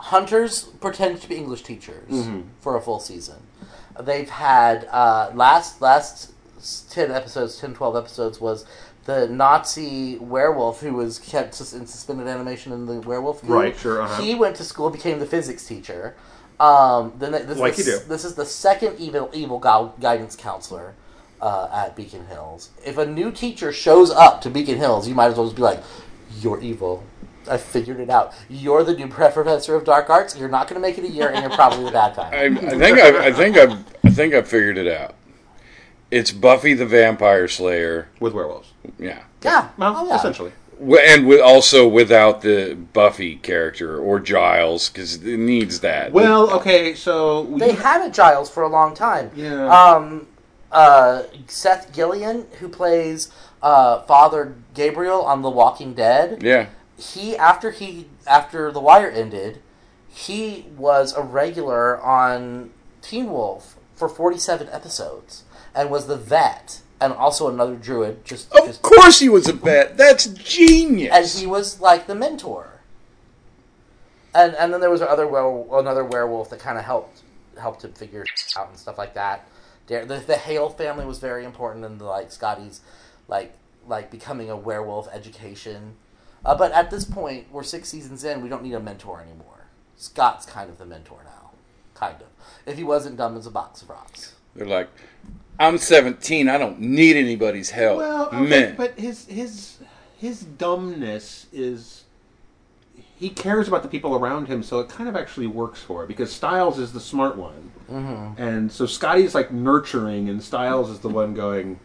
Speaker 2: hunters pretend to be English teachers
Speaker 3: Mm-hmm.
Speaker 2: for a full season. They've had uh, last last ten episodes, 10, 12 episodes was the Nazi werewolf who was kept sus- in suspended animation in the werewolf. School,
Speaker 3: Right, sure, uh-huh.
Speaker 2: He went to school, became the physics teacher. Um, then th- this,
Speaker 3: Like
Speaker 2: this,
Speaker 3: you do.
Speaker 2: This is the second evil evil gu- guidance counselor uh, at Beacon Hills. If a new teacher shows up to Beacon Hills, you might as well just be like, "You're evil." I figured it out. You're the new (laughs) professor of dark arts. You're not going to make it a year, and you're probably the bad guy.
Speaker 4: I, I think I, I think I've I think I figured it out. It's Buffy the Vampire Slayer.
Speaker 3: with werewolves.
Speaker 4: Yeah,
Speaker 2: Yeah.
Speaker 3: Well,
Speaker 2: Oh, yeah.
Speaker 3: essentially.
Speaker 4: W- and with also without the Buffy character or Giles because it needs that.
Speaker 3: Well, okay, so we,
Speaker 2: They had a Giles for a long time.
Speaker 3: Yeah.
Speaker 2: Um, uh, Seth Gillian, who plays uh, Father Gabriel on The Walking Dead,
Speaker 4: yeah,
Speaker 2: he after he after The Wire ended, he was a regular on Teen Wolf for forty-seven episodes and was the vet and also another druid. Just,
Speaker 4: of
Speaker 2: just
Speaker 4: course he was a vet. That's genius.
Speaker 2: and he was like the mentor. And and then there was other were- another werewolf that kind of helped helped him figure out and stuff like that. Dare- The, the Hale family was very important in the, like Scotty's like like becoming a werewolf education. Uh, but at this point, we're six seasons in. We don't need a mentor anymore. Scott's kind of the mentor now, kind of. If he wasn't dumb as a box of rocks.
Speaker 4: They're like, I'm 17. I don't need anybody's help.
Speaker 3: Well, okay,
Speaker 4: Man,
Speaker 3: but his his his dumbness is he cares about the people around him, so it kind of actually works for it because Styles is the smart one, mm-hmm. and so Scotty's like nurturing, and Styles is the one going,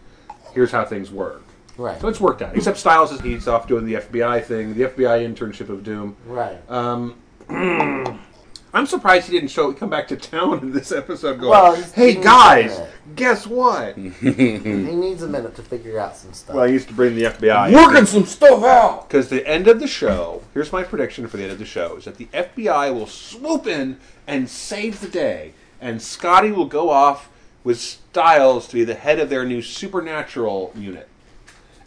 Speaker 3: "Here's how things work."
Speaker 2: Right.
Speaker 3: So it's worked out. Except Styles is he's off doing the FBI thing, the FBI internship of doom.
Speaker 2: Right.
Speaker 3: Um, I'm surprised he didn't show come back to town in this episode. Going,
Speaker 2: Well, he's-
Speaker 3: "Hey
Speaker 2: he's
Speaker 3: guys,
Speaker 2: doing
Speaker 3: guess what?"
Speaker 2: he needs a minute to figure out some stuff.
Speaker 3: Well, he used to bring the FBI.
Speaker 4: working some stuff out.
Speaker 3: Because the end of the show, here's my prediction for the end of the show, is that the FBI will swoop in and save the day, and Scotty will go off with Styles to be the head of their new supernatural unit,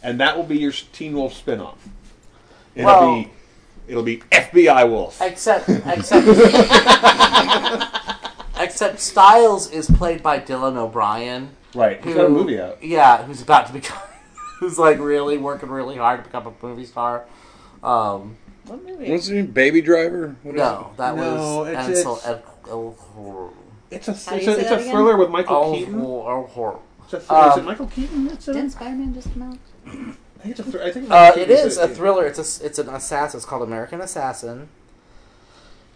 Speaker 3: and that will be your Teen Wolf spinoff. It'll
Speaker 2: Well-
Speaker 3: be it'll be FBI Wolf. (laughs)
Speaker 2: Except, except, except Styles is played by Dylan O'Brien.
Speaker 3: right, he's got a movie out.
Speaker 2: Yeah, who's about to become, (laughs) who's like really working really hard to become a movie star. Um,
Speaker 5: What movie?
Speaker 4: What's his name? Baby Driver? What is
Speaker 2: no, that
Speaker 3: No,
Speaker 2: was
Speaker 3: it's-
Speaker 2: Ansel
Speaker 3: it's-
Speaker 2: Ed- Elhor.
Speaker 3: It's a
Speaker 5: do
Speaker 3: it's
Speaker 5: you
Speaker 3: a,
Speaker 5: say
Speaker 3: it's
Speaker 5: that
Speaker 3: a
Speaker 5: again?
Speaker 3: thriller with Michael Oh, Keaton. Oh,
Speaker 2: Elhor. Elhor.
Speaker 3: It's a thriller. is it
Speaker 2: Um,
Speaker 3: Michael Keaton? It's a,
Speaker 5: Didn't Spider-Man just come out?
Speaker 3: I think it's a thr- I think
Speaker 2: Uh,
Speaker 3: Michael
Speaker 2: it
Speaker 3: Keaton's
Speaker 2: is a thriller. It's a, s- it's an assassin. It's called American Assassin.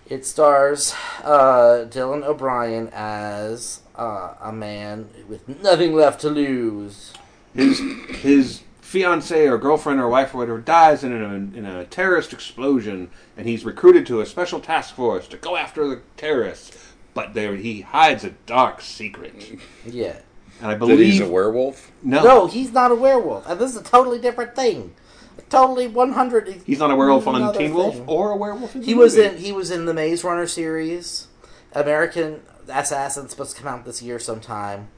Speaker 2: It stars uh, Dylan O'Brien as uh, a man with nothing left to lose.
Speaker 3: his his fiance or girlfriend or wife or whatever dies in a, in a terrorist explosion, and he's recruited to a special task force to go after the terrorists. But there he hides a dark secret,
Speaker 2: Yeah.
Speaker 3: and I
Speaker 4: it? That
Speaker 3: believe
Speaker 4: he's a werewolf?
Speaker 3: no,
Speaker 2: No, he's not a werewolf. And this is a totally different thing. A totally 100.
Speaker 3: he's not a werewolf on
Speaker 2: Another
Speaker 3: Teen Wolf
Speaker 2: thing.
Speaker 3: or a werewolf. In the
Speaker 2: He was
Speaker 3: movie.
Speaker 2: in he was in the Maze Runner series. American Assassin's supposed to come out this year sometime.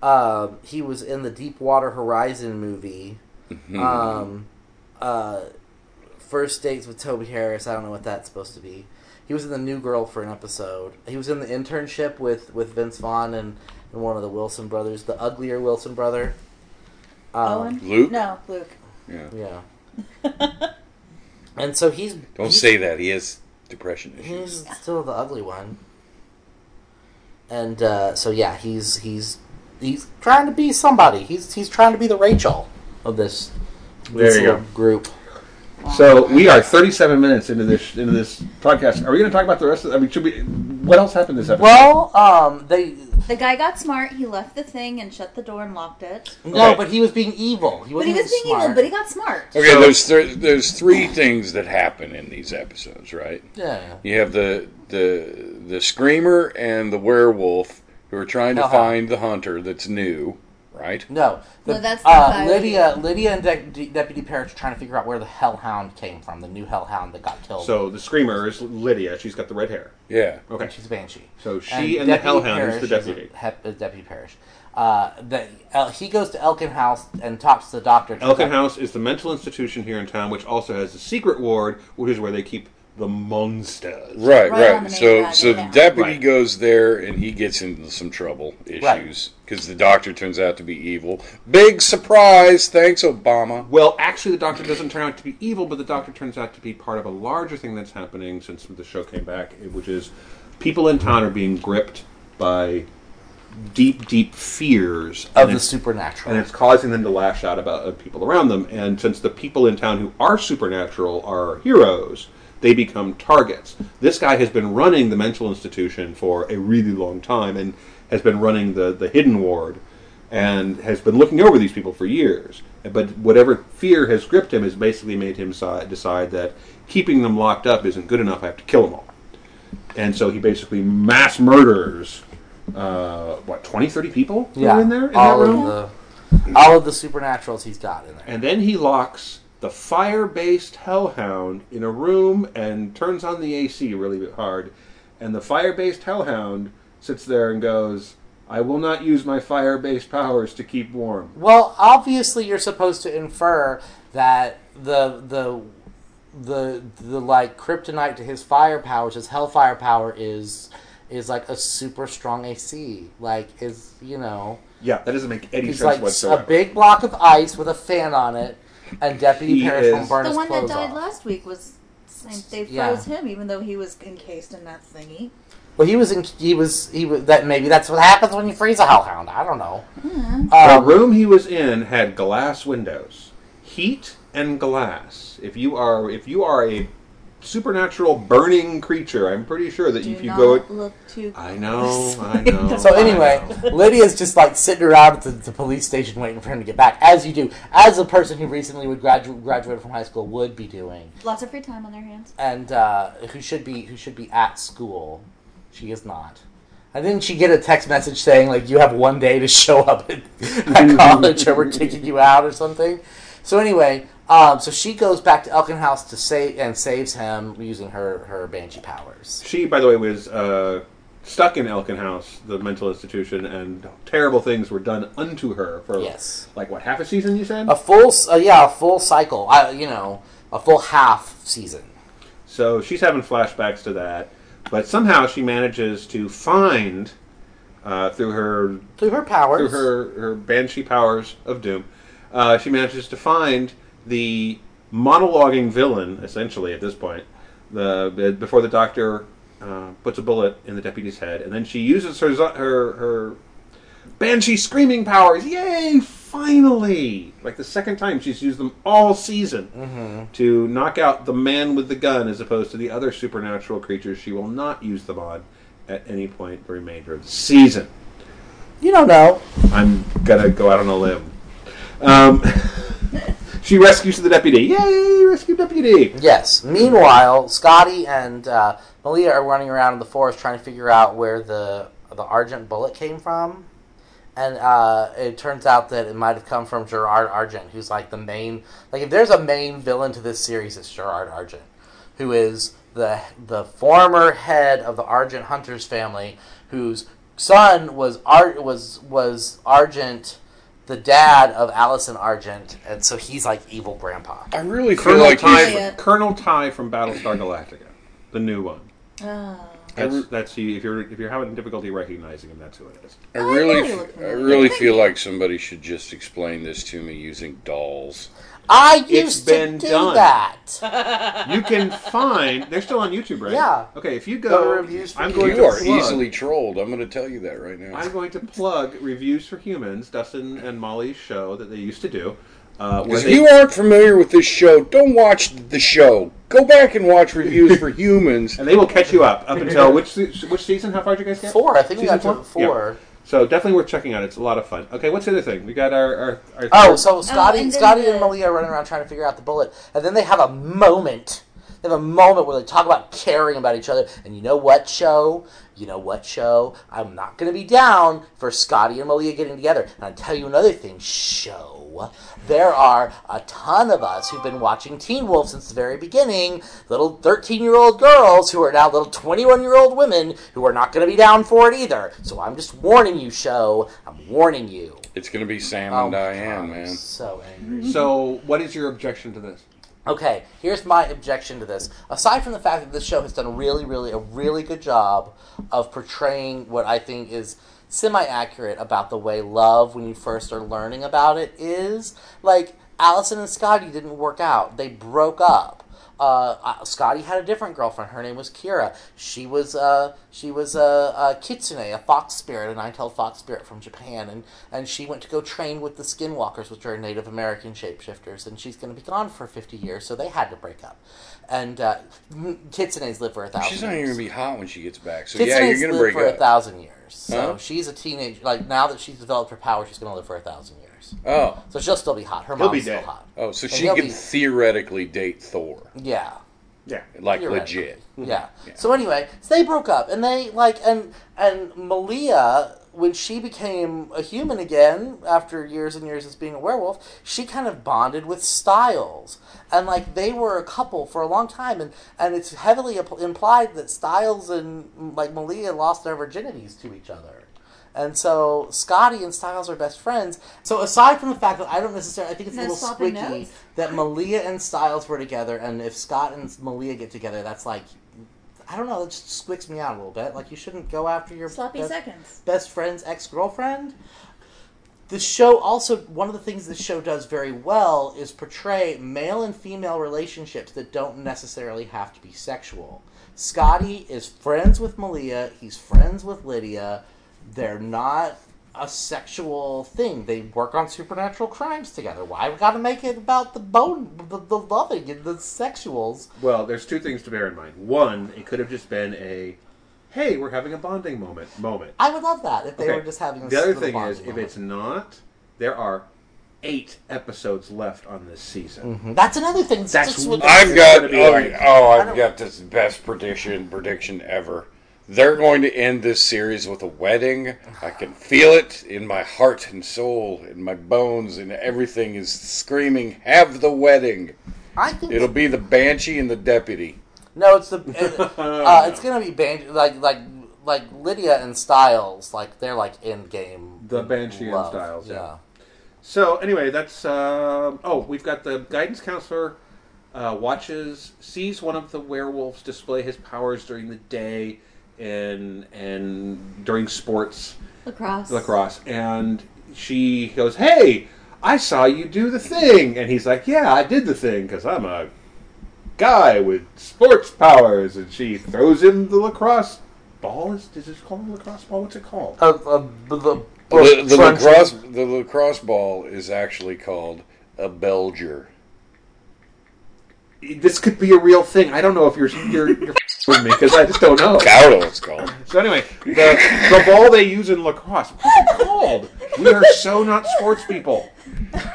Speaker 2: Um, he was in the Deepwater Horizon movie.
Speaker 3: Mm-hmm.
Speaker 2: Um, uh, First Dates with Toby Harris. I don't know what that's supposed to be. He was in the New Girl for an episode. He was in the internship with, with Vince Vaughn and, and one of the Wilson brothers, the uglier Wilson brother. Um,
Speaker 5: Owen?
Speaker 4: Luke?
Speaker 5: No, Luke.
Speaker 4: Yeah.
Speaker 5: (laughs)
Speaker 2: Yeah. and so he's
Speaker 4: Don't
Speaker 2: he's-
Speaker 4: say that. He has depression issues.
Speaker 2: he's still the ugly one. And uh, so yeah, he's he's he's trying to be somebody. He's he's trying to be the Rachel of this,
Speaker 3: There
Speaker 2: this
Speaker 3: you
Speaker 2: little
Speaker 3: go.
Speaker 5: (laughs)
Speaker 2: group.
Speaker 3: So we are 37 minutes into this into this podcast. Are we going to talk about the rest of? I mean, should we? What else happened this episode?
Speaker 2: Well, um, they
Speaker 5: The guy got smart. He left the thing and shut the door and locked it.
Speaker 2: no,
Speaker 3: Okay.
Speaker 2: but he was being evil. He
Speaker 5: But
Speaker 2: wasn't
Speaker 5: he was being
Speaker 2: smart.
Speaker 5: evil, but he got smart.
Speaker 4: Okay,
Speaker 3: So-
Speaker 4: there's, th- there's three things that happen in these episodes, right?
Speaker 2: yeah.
Speaker 4: You have the the the screamer and the werewolf who are trying to
Speaker 2: Uh-huh. Mm-hmm.
Speaker 4: find the hunter that's new, right?
Speaker 2: No,
Speaker 5: No, that's the
Speaker 2: uh,
Speaker 5: Coyote.
Speaker 2: Lydia. Lydia and De- Deputy Parrish are trying to figure out where the Hellhound came from, the new Hellhound that got killed.
Speaker 3: so the screamer is Lydia. She's got the red hair.
Speaker 4: Yeah.
Speaker 3: Okay,
Speaker 2: and she's a banshee.
Speaker 3: so she and, the
Speaker 2: Deputy
Speaker 3: hellhound
Speaker 2: Parrish
Speaker 3: is the deputy.
Speaker 2: a hep- is deputy parish. Uh, the, El he goes to Elkin House and talks to the doctor. to-
Speaker 3: Elkin House is the mental institution here in town, which also has a secret ward, which is where they keep the monsters.
Speaker 4: Right,
Speaker 5: Right
Speaker 4: right.
Speaker 5: on the main
Speaker 4: So,
Speaker 5: drag,
Speaker 4: so the
Speaker 5: yeah.
Speaker 4: deputy
Speaker 3: Right.
Speaker 4: goes there and he gets into some trouble
Speaker 2: Right.
Speaker 4: issues because the doctor turns out to be evil. Big surprise! Thanks, Obama.
Speaker 3: Well, actually, the Doctor doesn't turn out to be evil, but the Doctor turns out to be part of a larger thing that's happening since the show came back, which is people in town are being gripped by deep, deep fears
Speaker 2: of
Speaker 3: and
Speaker 2: the
Speaker 3: it's-
Speaker 2: supernatural.
Speaker 3: and it's causing them to lash out about uh, people around them. And since the people in town who are supernatural are heroes, they become targets. This guy has been running the mental institution for a really long time and has been running the, the hidden ward and has been looking over these people for years. But whatever fear has gripped him has basically made him si- decide that keeping them locked up isn't good enough. I have to kill them all. And so he basically mass murders, uh, what, 20, 30 people who
Speaker 2: yeah,
Speaker 3: were in there? In
Speaker 2: all
Speaker 3: that room?
Speaker 2: of the all of the supernaturals he's got in there.
Speaker 3: And then he locks the fire based hellhound in a room and turns on the AC really hard. And the fire based hellhound sits there and goes, I will not use my fire based powers to keep warm.
Speaker 2: Well, obviously, you're supposed to infer that the the the the like kryptonite to his fire powers, his hellfire power is is like a super strong AC. Like is you know
Speaker 3: Yeah, that doesn't make any
Speaker 2: he's
Speaker 3: sense
Speaker 2: like
Speaker 3: whatsoever.
Speaker 2: a big block of ice with a fan on it, and Deputy
Speaker 3: He
Speaker 2: Parrish will
Speaker 3: is-
Speaker 2: burn
Speaker 5: The
Speaker 2: his
Speaker 5: one that
Speaker 2: clothes
Speaker 5: died
Speaker 2: off.
Speaker 5: last week was. same- They
Speaker 2: Yeah.
Speaker 5: froze him, even though he was encased in that thingy.
Speaker 2: Well, he was in he was he was that maybe that's what happens when you freeze a hellhound. I don't know.
Speaker 5: Hmm.
Speaker 3: the
Speaker 2: Um,
Speaker 3: room he was in had glass windows, heat and glass. If you are if you are a supernatural burning creature, I'm pretty sure that
Speaker 5: Do
Speaker 3: if you
Speaker 5: not
Speaker 3: go
Speaker 5: look too.
Speaker 3: I know,
Speaker 5: (laughs)
Speaker 3: I know.
Speaker 2: So
Speaker 3: I (laughs)
Speaker 2: anyway,
Speaker 3: know.
Speaker 2: Lydia's just like sitting around at the, the police station waiting for him to get back, as you do, as a person who recently would gradu- graduate from high school would be doing,
Speaker 5: Lots of free time on their hands.
Speaker 2: and uh, who should be who should be at school. She is not. And didn't she get a text message saying like you have one day to show up
Speaker 3: (laughs)
Speaker 2: at, at college or we're taking you out or something? So anyway, um, so she goes back to Elkinhouse to save and saves him using her her banshee powers.
Speaker 3: She, by the way, was uh, stuck in Elkin House, the mental institution, and terrible things were done unto her for
Speaker 2: Yes.
Speaker 3: like what half a season you said.
Speaker 2: A full s- uh, yeah, a full cycle. I you know a full half season.
Speaker 3: So she's having flashbacks to that, but somehow she manages to find uh, through her
Speaker 2: Through her powers.
Speaker 3: through her her banshee powers of doom, uh, she manages to find the monologuing villain. Essentially, at this point, the before the doctor uh, puts a bullet in the deputy's head, and then she uses her zo- her her banshee screaming powers. Yay! Finally, like the second time she's used them all season to knock out the man with the gun, as opposed to the other supernatural creatures. She will not use them on at any point the remainder of the season.
Speaker 2: You don't know.
Speaker 3: I'm gonna go out on a limb. Um, (laughs) she rescues the deputy. Yay, rescue deputy!
Speaker 2: Yes. Meanwhile, Scotty and uh, Malia are running around in the forest trying to figure out where the the Argent bullet came from, and uh, it turns out that it might have come from Gerard Argent, who's like the main. Like, if there's a main villain to this series, it's Gerard Argent, who is the the former head of the Argent Hunters family, whose son was Ar- was was Argent. The dad of Allison Argent, and so he's like evil grandpa.
Speaker 4: I really feel
Speaker 3: Colonel
Speaker 4: like
Speaker 3: Ty,
Speaker 4: he's,
Speaker 5: Yeah.
Speaker 3: Colonel Ty from Battlestar Galactica, the new one.
Speaker 4: Ah.
Speaker 3: That's that's he. If you're if you're having difficulty recognizing him, that's who it is.
Speaker 4: I really,
Speaker 5: I know you
Speaker 4: f-
Speaker 5: look
Speaker 4: I
Speaker 5: familiar.
Speaker 4: really feel like somebody should just explain this to me using dolls.
Speaker 2: I
Speaker 3: It's
Speaker 2: used
Speaker 3: been
Speaker 2: to do
Speaker 3: done.
Speaker 2: that.
Speaker 3: You can find they're still on YouTube, right?
Speaker 2: Yeah.
Speaker 3: Okay, if you
Speaker 2: Go
Speaker 3: go,
Speaker 2: to reviews for
Speaker 3: I'm
Speaker 2: Humans.
Speaker 3: going
Speaker 4: You
Speaker 3: to
Speaker 4: are
Speaker 3: plug,
Speaker 4: easily trolled. I'm going to tell you that right now.
Speaker 3: I'm going to plug reviews for humans, Dustin and Molly's show that they used to do. Uh, where
Speaker 4: If
Speaker 3: they-
Speaker 4: you aren't familiar with this show, don't watch the show. Go back and watch
Speaker 2: (laughs)
Speaker 4: reviews for humans.
Speaker 3: and they will catch you up up (laughs) until which se- which season? How far did you guys get?
Speaker 2: Four, I think we
Speaker 3: Season
Speaker 2: got to four.
Speaker 3: Yeah. So definitely worth checking out. It's a lot of fun. Okay, what's the other thing? We got our our, our
Speaker 2: Oh, so Scotty,
Speaker 5: and then
Speaker 2: Scotty,
Speaker 5: the-
Speaker 2: and Malia are running around trying to figure out the bullet, and then they have a moment. They have a moment where they talk about caring about each other, and you know what, show? You know what, show? I'm not going to be down for Scotty and Malia getting together. And I tell you another thing, show. There are a ton of us who've been watching Teen Wolf since the very beginning. Little 13 year old girls who are now little 21 year old women who are not going to be down for it either. So I'm just warning you, show. I'm warning you.
Speaker 4: It's going to be Sam
Speaker 2: Oh
Speaker 4: and
Speaker 2: my
Speaker 4: Diane,
Speaker 2: God, I'm
Speaker 4: man.
Speaker 2: So angry.
Speaker 3: so what is your objection to this?
Speaker 2: Okay, here's my objection to this. Aside from the fact that this show has done really, really a really good job of portraying what I think is semi-accurate about the way love, when you first are learning about it, is like Allison and Scotty didn't work out; they broke up. Uh, uh, Scotty had a different girlfriend. Her name was Kira. She was uh, she was a, a kitsune, a fox spirit, a nine-tailed fox spirit from Japan, and and she went to go train with the Skinwalkers, which are Native American shapeshifters, and she's going to be gone for fifty years, so they had to break up. And uh, m- kitsunes live for a thousand.
Speaker 4: She's not even
Speaker 2: years.
Speaker 4: gonna be hot when she gets back. So
Speaker 2: Kitsune's
Speaker 4: yeah, you're gonna
Speaker 2: lived
Speaker 4: break
Speaker 2: for a
Speaker 4: up.
Speaker 2: thousand years. So
Speaker 4: Huh?
Speaker 2: she's a teenage. Like now that she's developed her power, she's gonna live for a thousand years.
Speaker 4: Oh,
Speaker 2: So she'll still be hot. Her
Speaker 3: He'll
Speaker 2: mom's
Speaker 3: be
Speaker 2: still
Speaker 3: dead.
Speaker 2: hot.
Speaker 4: oh, so
Speaker 2: And
Speaker 4: she
Speaker 2: he'll
Speaker 4: could
Speaker 2: be-
Speaker 4: theoretically date Thor,
Speaker 2: Yeah.
Speaker 3: Yeah.
Speaker 4: like
Speaker 2: Theoretically.
Speaker 4: legit.
Speaker 2: Yeah. So anyway, so they broke up, and they like and and Malia, when she became a human again after years and years as being a werewolf, she kind of bonded with Styles, and like they were a couple for a long time, and and it's heavily imp- implied that Styles and like Malia lost their virginities to each other. And so Scotty and Styles are best friends. So aside from the fact that I don't necessarily, I think it's a
Speaker 5: No
Speaker 2: little
Speaker 5: swapping
Speaker 2: squeaky
Speaker 5: notes?
Speaker 2: that Malia and Styles were together, and if Scott and Malia get together, that's like, I don't know, it just squeaks me out a little bit. Like you shouldn't go after your
Speaker 5: Sloppy
Speaker 2: best,
Speaker 5: seconds.
Speaker 2: best friend's ex girlfriend. The show also one of the things this show does very well is portray male and female relationships that don't necessarily have to be sexual. Scotty is friends with Malia, he's friends with Lydia. They're not a sexual thing. They work on supernatural crimes together. Why we got to make it about the bone, the, the loving, and the sexuals?
Speaker 3: Well, there's two things to bear in mind. One, it could have just been a, hey, we're having a bonding moment. Moment.
Speaker 2: I would love that if they
Speaker 3: Okay.
Speaker 2: were just having.
Speaker 3: the
Speaker 2: this
Speaker 3: other
Speaker 2: little
Speaker 3: thing
Speaker 2: bonding
Speaker 3: is if
Speaker 2: moment.
Speaker 3: it's not, there are eight episodes left on this season.
Speaker 2: that's another thing.
Speaker 3: That's
Speaker 2: just what-
Speaker 3: wild.
Speaker 4: I've
Speaker 3: It's
Speaker 4: got
Speaker 3: gonna be
Speaker 4: oh,
Speaker 3: like-
Speaker 4: oh, I've got this best prediction prediction ever. They're going to end this series with a wedding. I can feel it in my heart and soul, in my bones, and everything is screaming, "Have the wedding!"
Speaker 2: I think
Speaker 4: It'll be the banshee and the deputy.
Speaker 2: No,
Speaker 3: (laughs)
Speaker 2: it's the
Speaker 3: Oh,
Speaker 2: uh, uh, it's gonna be ban- like like like Lydia and Styles like they're like in game.
Speaker 3: The Banshee and Styles, yeah.
Speaker 2: yeah.
Speaker 3: So anyway, that's um oh, we've got the guidance counselor uh, watches sees one of the werewolves display his powers during the day and and during sports
Speaker 5: Lacrosse.
Speaker 3: lacrosse, and she goes, "Hey, I saw you do the thing," and he's like, "Yeah, I did the thing because I'm a guy with sports powers," and she throws him the lacrosse ball. Is, is it called a lacrosse ball? What's it called?
Speaker 2: Uh, uh, the, the,
Speaker 4: The, the
Speaker 2: truncheon.
Speaker 4: lacrosse the lacrosse ball is actually called a belger.
Speaker 3: this could be a real thing. I don't know if you're you're, you're (laughs) with me because I just don't know.
Speaker 4: Gouda, it's called.
Speaker 3: So anyway, the, the ball they use in lacrosse. What's it called? We are so not sports people.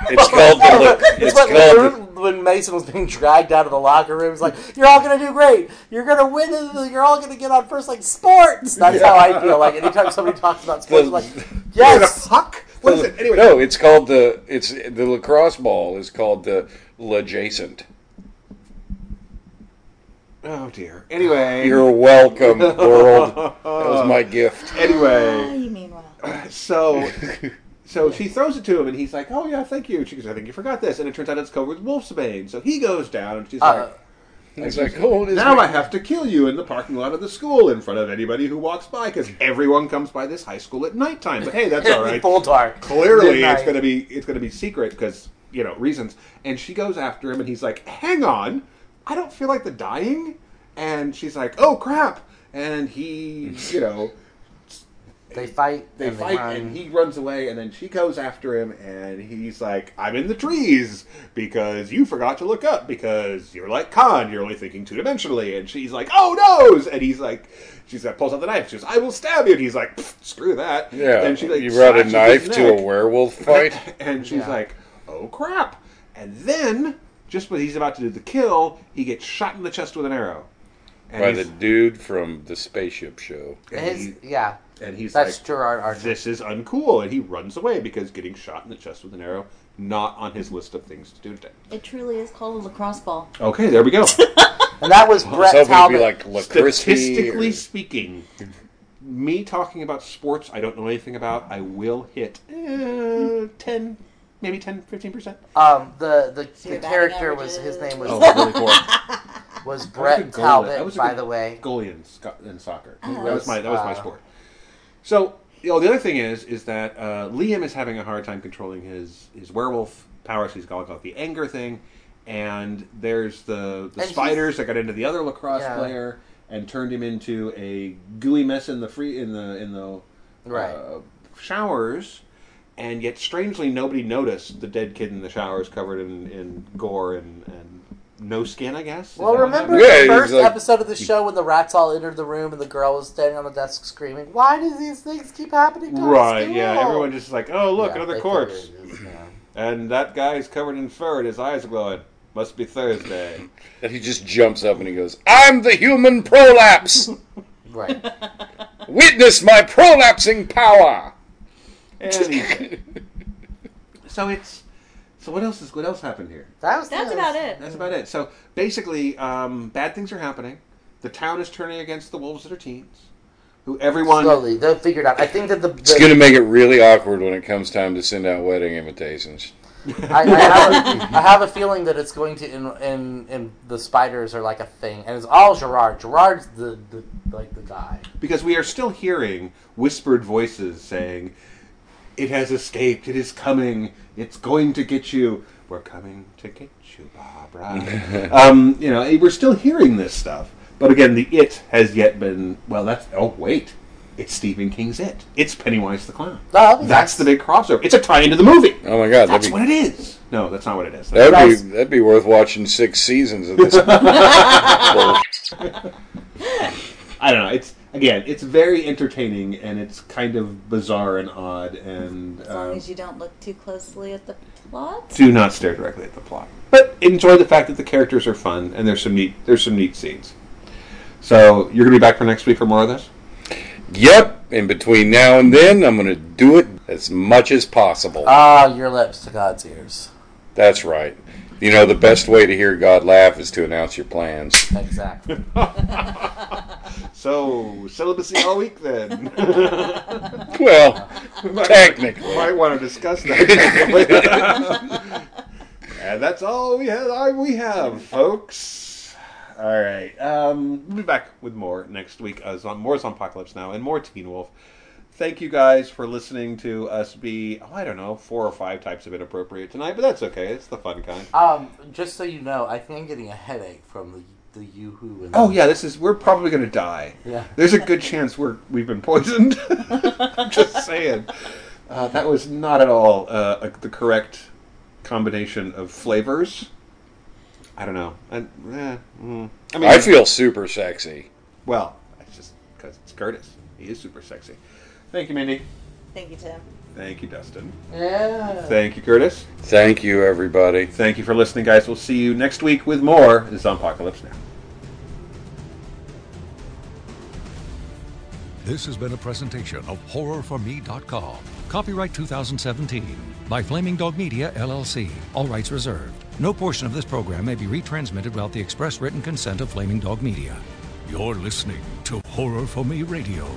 Speaker 4: It's
Speaker 3: (laughs)
Speaker 4: called the. la-
Speaker 2: (laughs) It's
Speaker 4: It's
Speaker 2: what
Speaker 4: called the,
Speaker 2: Laroon- when Mason was being dragged out of the locker room. He's like, "You're all gonna do great. You're gonna win. and You're all gonna get on first like sports." That's how I feel. Like anytime somebody talks about sports, I'm like,
Speaker 3: Is it
Speaker 2: yes,
Speaker 3: a (laughs) puck? What is it? Anyway,
Speaker 4: no, it's called the. It's the lacrosse ball is called the adjacent.
Speaker 3: Oh dear. Anyway.
Speaker 4: You're welcome, world. That
Speaker 3: (laughs)
Speaker 4: was my gift.
Speaker 5: Ah,
Speaker 3: anyway.
Speaker 5: you mean well.
Speaker 3: So so she throws it to him and he's like, "Oh yeah, thank you." She goes, "I think you forgot this." And it turns out it's covered with wolf's bane. So he goes down and she's
Speaker 2: Uh,
Speaker 3: like,
Speaker 4: It's like, oh, it is
Speaker 3: "Now
Speaker 4: me.
Speaker 3: I have to kill you in the parking lot of the school in front of anybody who walks by because everyone comes by this high school at nighttime." But hey, that's
Speaker 2: (laughs)
Speaker 3: all right.
Speaker 2: full dark.
Speaker 3: clearly
Speaker 2: Midnight.
Speaker 3: it's going to be it's going to be secret because you know reasons and she goes after him and he's like hang on i don't feel like the dying and she's like oh crap and
Speaker 4: (laughs)
Speaker 3: he you know
Speaker 2: They fight.
Speaker 3: they
Speaker 2: and
Speaker 3: fight
Speaker 2: run.
Speaker 3: and he runs away and then she goes after him and he's like i'm in the trees because you forgot to look up because you're like khan you're only thinking two-dimensionally and she's like oh noes and he's like she's like pulls out the knife she goes i will stab you and he's like "Pfft, screw that
Speaker 4: Yeah,
Speaker 3: and she like
Speaker 4: you brought a
Speaker 3: slashes his
Speaker 4: knife to
Speaker 3: neck.
Speaker 4: a werewolf fight.
Speaker 3: (laughs) And she's
Speaker 2: Yeah.
Speaker 3: like, "Oh crap!" And then, just when he's about to do the kill, he gets shot in the chest with an arrow. And
Speaker 4: By the
Speaker 3: (laughs) he's,
Speaker 4: dude from the spaceship show.
Speaker 3: and,
Speaker 2: His,
Speaker 3: he-
Speaker 2: yeah,
Speaker 3: and he's
Speaker 2: that's
Speaker 3: like,
Speaker 2: Gerard Archer.
Speaker 3: "This is uncool," and he runs away because getting shot in the chest with an arrow not on his list of things to do today.
Speaker 5: It truly is called a lacrosse ball.
Speaker 3: Okay, there (laughs) we go.
Speaker 2: and that was
Speaker 4: I was
Speaker 2: Brett
Speaker 4: hoping it'd be
Speaker 2: Talbot.
Speaker 4: like La Crispy
Speaker 3: Statistically
Speaker 4: or
Speaker 3: speaking, me talking about sports I don't know anything about, I will hit eh, 10 maybe 10, 15 percent.
Speaker 2: Um, the the,
Speaker 5: your
Speaker 2: the
Speaker 5: batting
Speaker 2: character was
Speaker 5: averages.
Speaker 2: his name was
Speaker 3: Oh, really poor.
Speaker 2: (laughs) was
Speaker 3: I was a
Speaker 2: Brett
Speaker 3: good goalie. I
Speaker 2: Talbot.
Speaker 3: was a
Speaker 2: By
Speaker 3: good
Speaker 2: the way,
Speaker 3: goalie in, sco- in soccer.
Speaker 5: Oh.
Speaker 3: That was my that was my
Speaker 2: Uh,
Speaker 3: sport. So you know, the other thing is is that uh, Liam is having a hard time controlling his his werewolf powers. He's got, got the anger thing, and there's the the
Speaker 2: he's-
Speaker 3: spiders that got into the other lacrosse
Speaker 2: Yeah.
Speaker 3: player and turned him into a gooey mess in the free in the in the
Speaker 2: Right.
Speaker 3: uh, showers. And yet, strangely, nobody noticed the dead kid in the showers covered in, in gore and, and no skin, I guess. Is
Speaker 2: well,
Speaker 3: that what
Speaker 2: remember
Speaker 3: happened?
Speaker 4: Yeah,
Speaker 2: the
Speaker 4: he's
Speaker 2: first
Speaker 4: like-
Speaker 2: episode of the show when the rats all entered the room and the girl was standing on the desk screaming, "Why do these things keep happening?" To
Speaker 3: Right,
Speaker 2: Us
Speaker 3: yeah.
Speaker 2: still?"
Speaker 3: Everyone just like, oh, look,
Speaker 2: Yeah,
Speaker 3: another
Speaker 2: they
Speaker 3: corpse.
Speaker 2: figured it is, yeah.
Speaker 3: And that guy's covered in fur and his eyes are glowing. Must be Thursday.
Speaker 2: (laughs)
Speaker 4: And he just jumps up and he goes, I'm the
Speaker 3: (laughs)
Speaker 4: human prolapse!
Speaker 5: (laughs)
Speaker 2: Right.
Speaker 4: Witness my
Speaker 3: (laughs)
Speaker 4: prolapsing power!
Speaker 3: Anyway. so it's so what else is what else happened here?
Speaker 2: That was
Speaker 5: That's
Speaker 2: nice.
Speaker 5: about it.
Speaker 3: That's about it. So basically, um, bad things are happening. The town is turning against the wolves that are teens. Who everyone
Speaker 2: Slowly, they figured out. I think that the,
Speaker 4: It's going to make it really awkward when it comes time to send out wedding invitations.
Speaker 2: (laughs) I, I, have a, I have a feeling that it's going to in, in in the spiders are like a thing, and it's all Gerard. Gerard's the, the like the guy.
Speaker 3: because we are still hearing whispered voices saying, "It has escaped. It is coming. It's going to get you. We're coming to get you, Barbara." um, you know, we're still hearing this stuff, but again, the it has yet been. Well, that's oh wait, it's Stephen King's it. It's Pennywise the clown.
Speaker 2: That'd be
Speaker 3: That's
Speaker 2: nice.
Speaker 3: the big crossover. It's a tie into the movie.
Speaker 4: Oh my god,
Speaker 3: That's
Speaker 4: that'd
Speaker 3: what
Speaker 4: be,
Speaker 3: it is. No, that's not what it is.
Speaker 4: that'd, be, that'd be worth watching six seasons of
Speaker 3: (laughs)
Speaker 4: this. (laughs)
Speaker 3: I don't know. It's again, it's very entertaining and it's kind of bizarre and odd and
Speaker 5: As long
Speaker 3: um,
Speaker 5: as you don't look too closely at the plot.
Speaker 3: do not stare directly at the plot, but enjoy the fact that the characters are fun and there's some neat there's some neat scenes. So you're gonna be back for next week for more of this.
Speaker 4: yep, and between now and then, I'm going to do it as much as possible.
Speaker 2: Ah, your lips to God's ears.
Speaker 4: That's right. You know, the best way to hear God laugh is to announce your plans.
Speaker 3: (laughs)
Speaker 2: Exactly.
Speaker 3: So celibacy all week then.
Speaker 4: Well,
Speaker 3: (laughs) We (laughs)
Speaker 4: technically.
Speaker 3: might want to discuss that. and that's all we have. all We have folks. All right. Um, we'll be back with more next week. Uh, Zom- more Zompocalypse now and more Teen Wolf. Thank you guys for listening to us be oh, I don't know four or five types of inappropriate tonight, but that's okay. It's the fun kind.
Speaker 2: um, just so you know, I think I'm getting a headache from the the yoo-hoo. And
Speaker 3: Oh yeah, this is we're probably gonna die.
Speaker 2: Yeah.
Speaker 3: There's a good chance we're we've been poisoned. (laughs) I'm just saying. Uh, that was not at all uh, a, the correct combination of flavors. I don't know. I, eh, mm. I mean,
Speaker 4: I feel super sexy.
Speaker 3: well. It's just because it's Curtis. He is super sexy. Thank you, Mindy.
Speaker 5: Thank you, Tim.
Speaker 3: Thank you, Dustin.
Speaker 2: Yeah.
Speaker 3: Thank you, Curtis.
Speaker 4: Thank you, everybody.
Speaker 3: Thank you for listening, guys. We'll see you next week with more Zompocalypse Now.
Speaker 1: This has been a presentation of HorrorForMe.com. Copyright 2017 by Flaming Dog Media, LLC. All rights reserved. No portion of this program may be retransmitted without the express written consent of Flaming Dog Media. You're listening to Horror for Me Radio.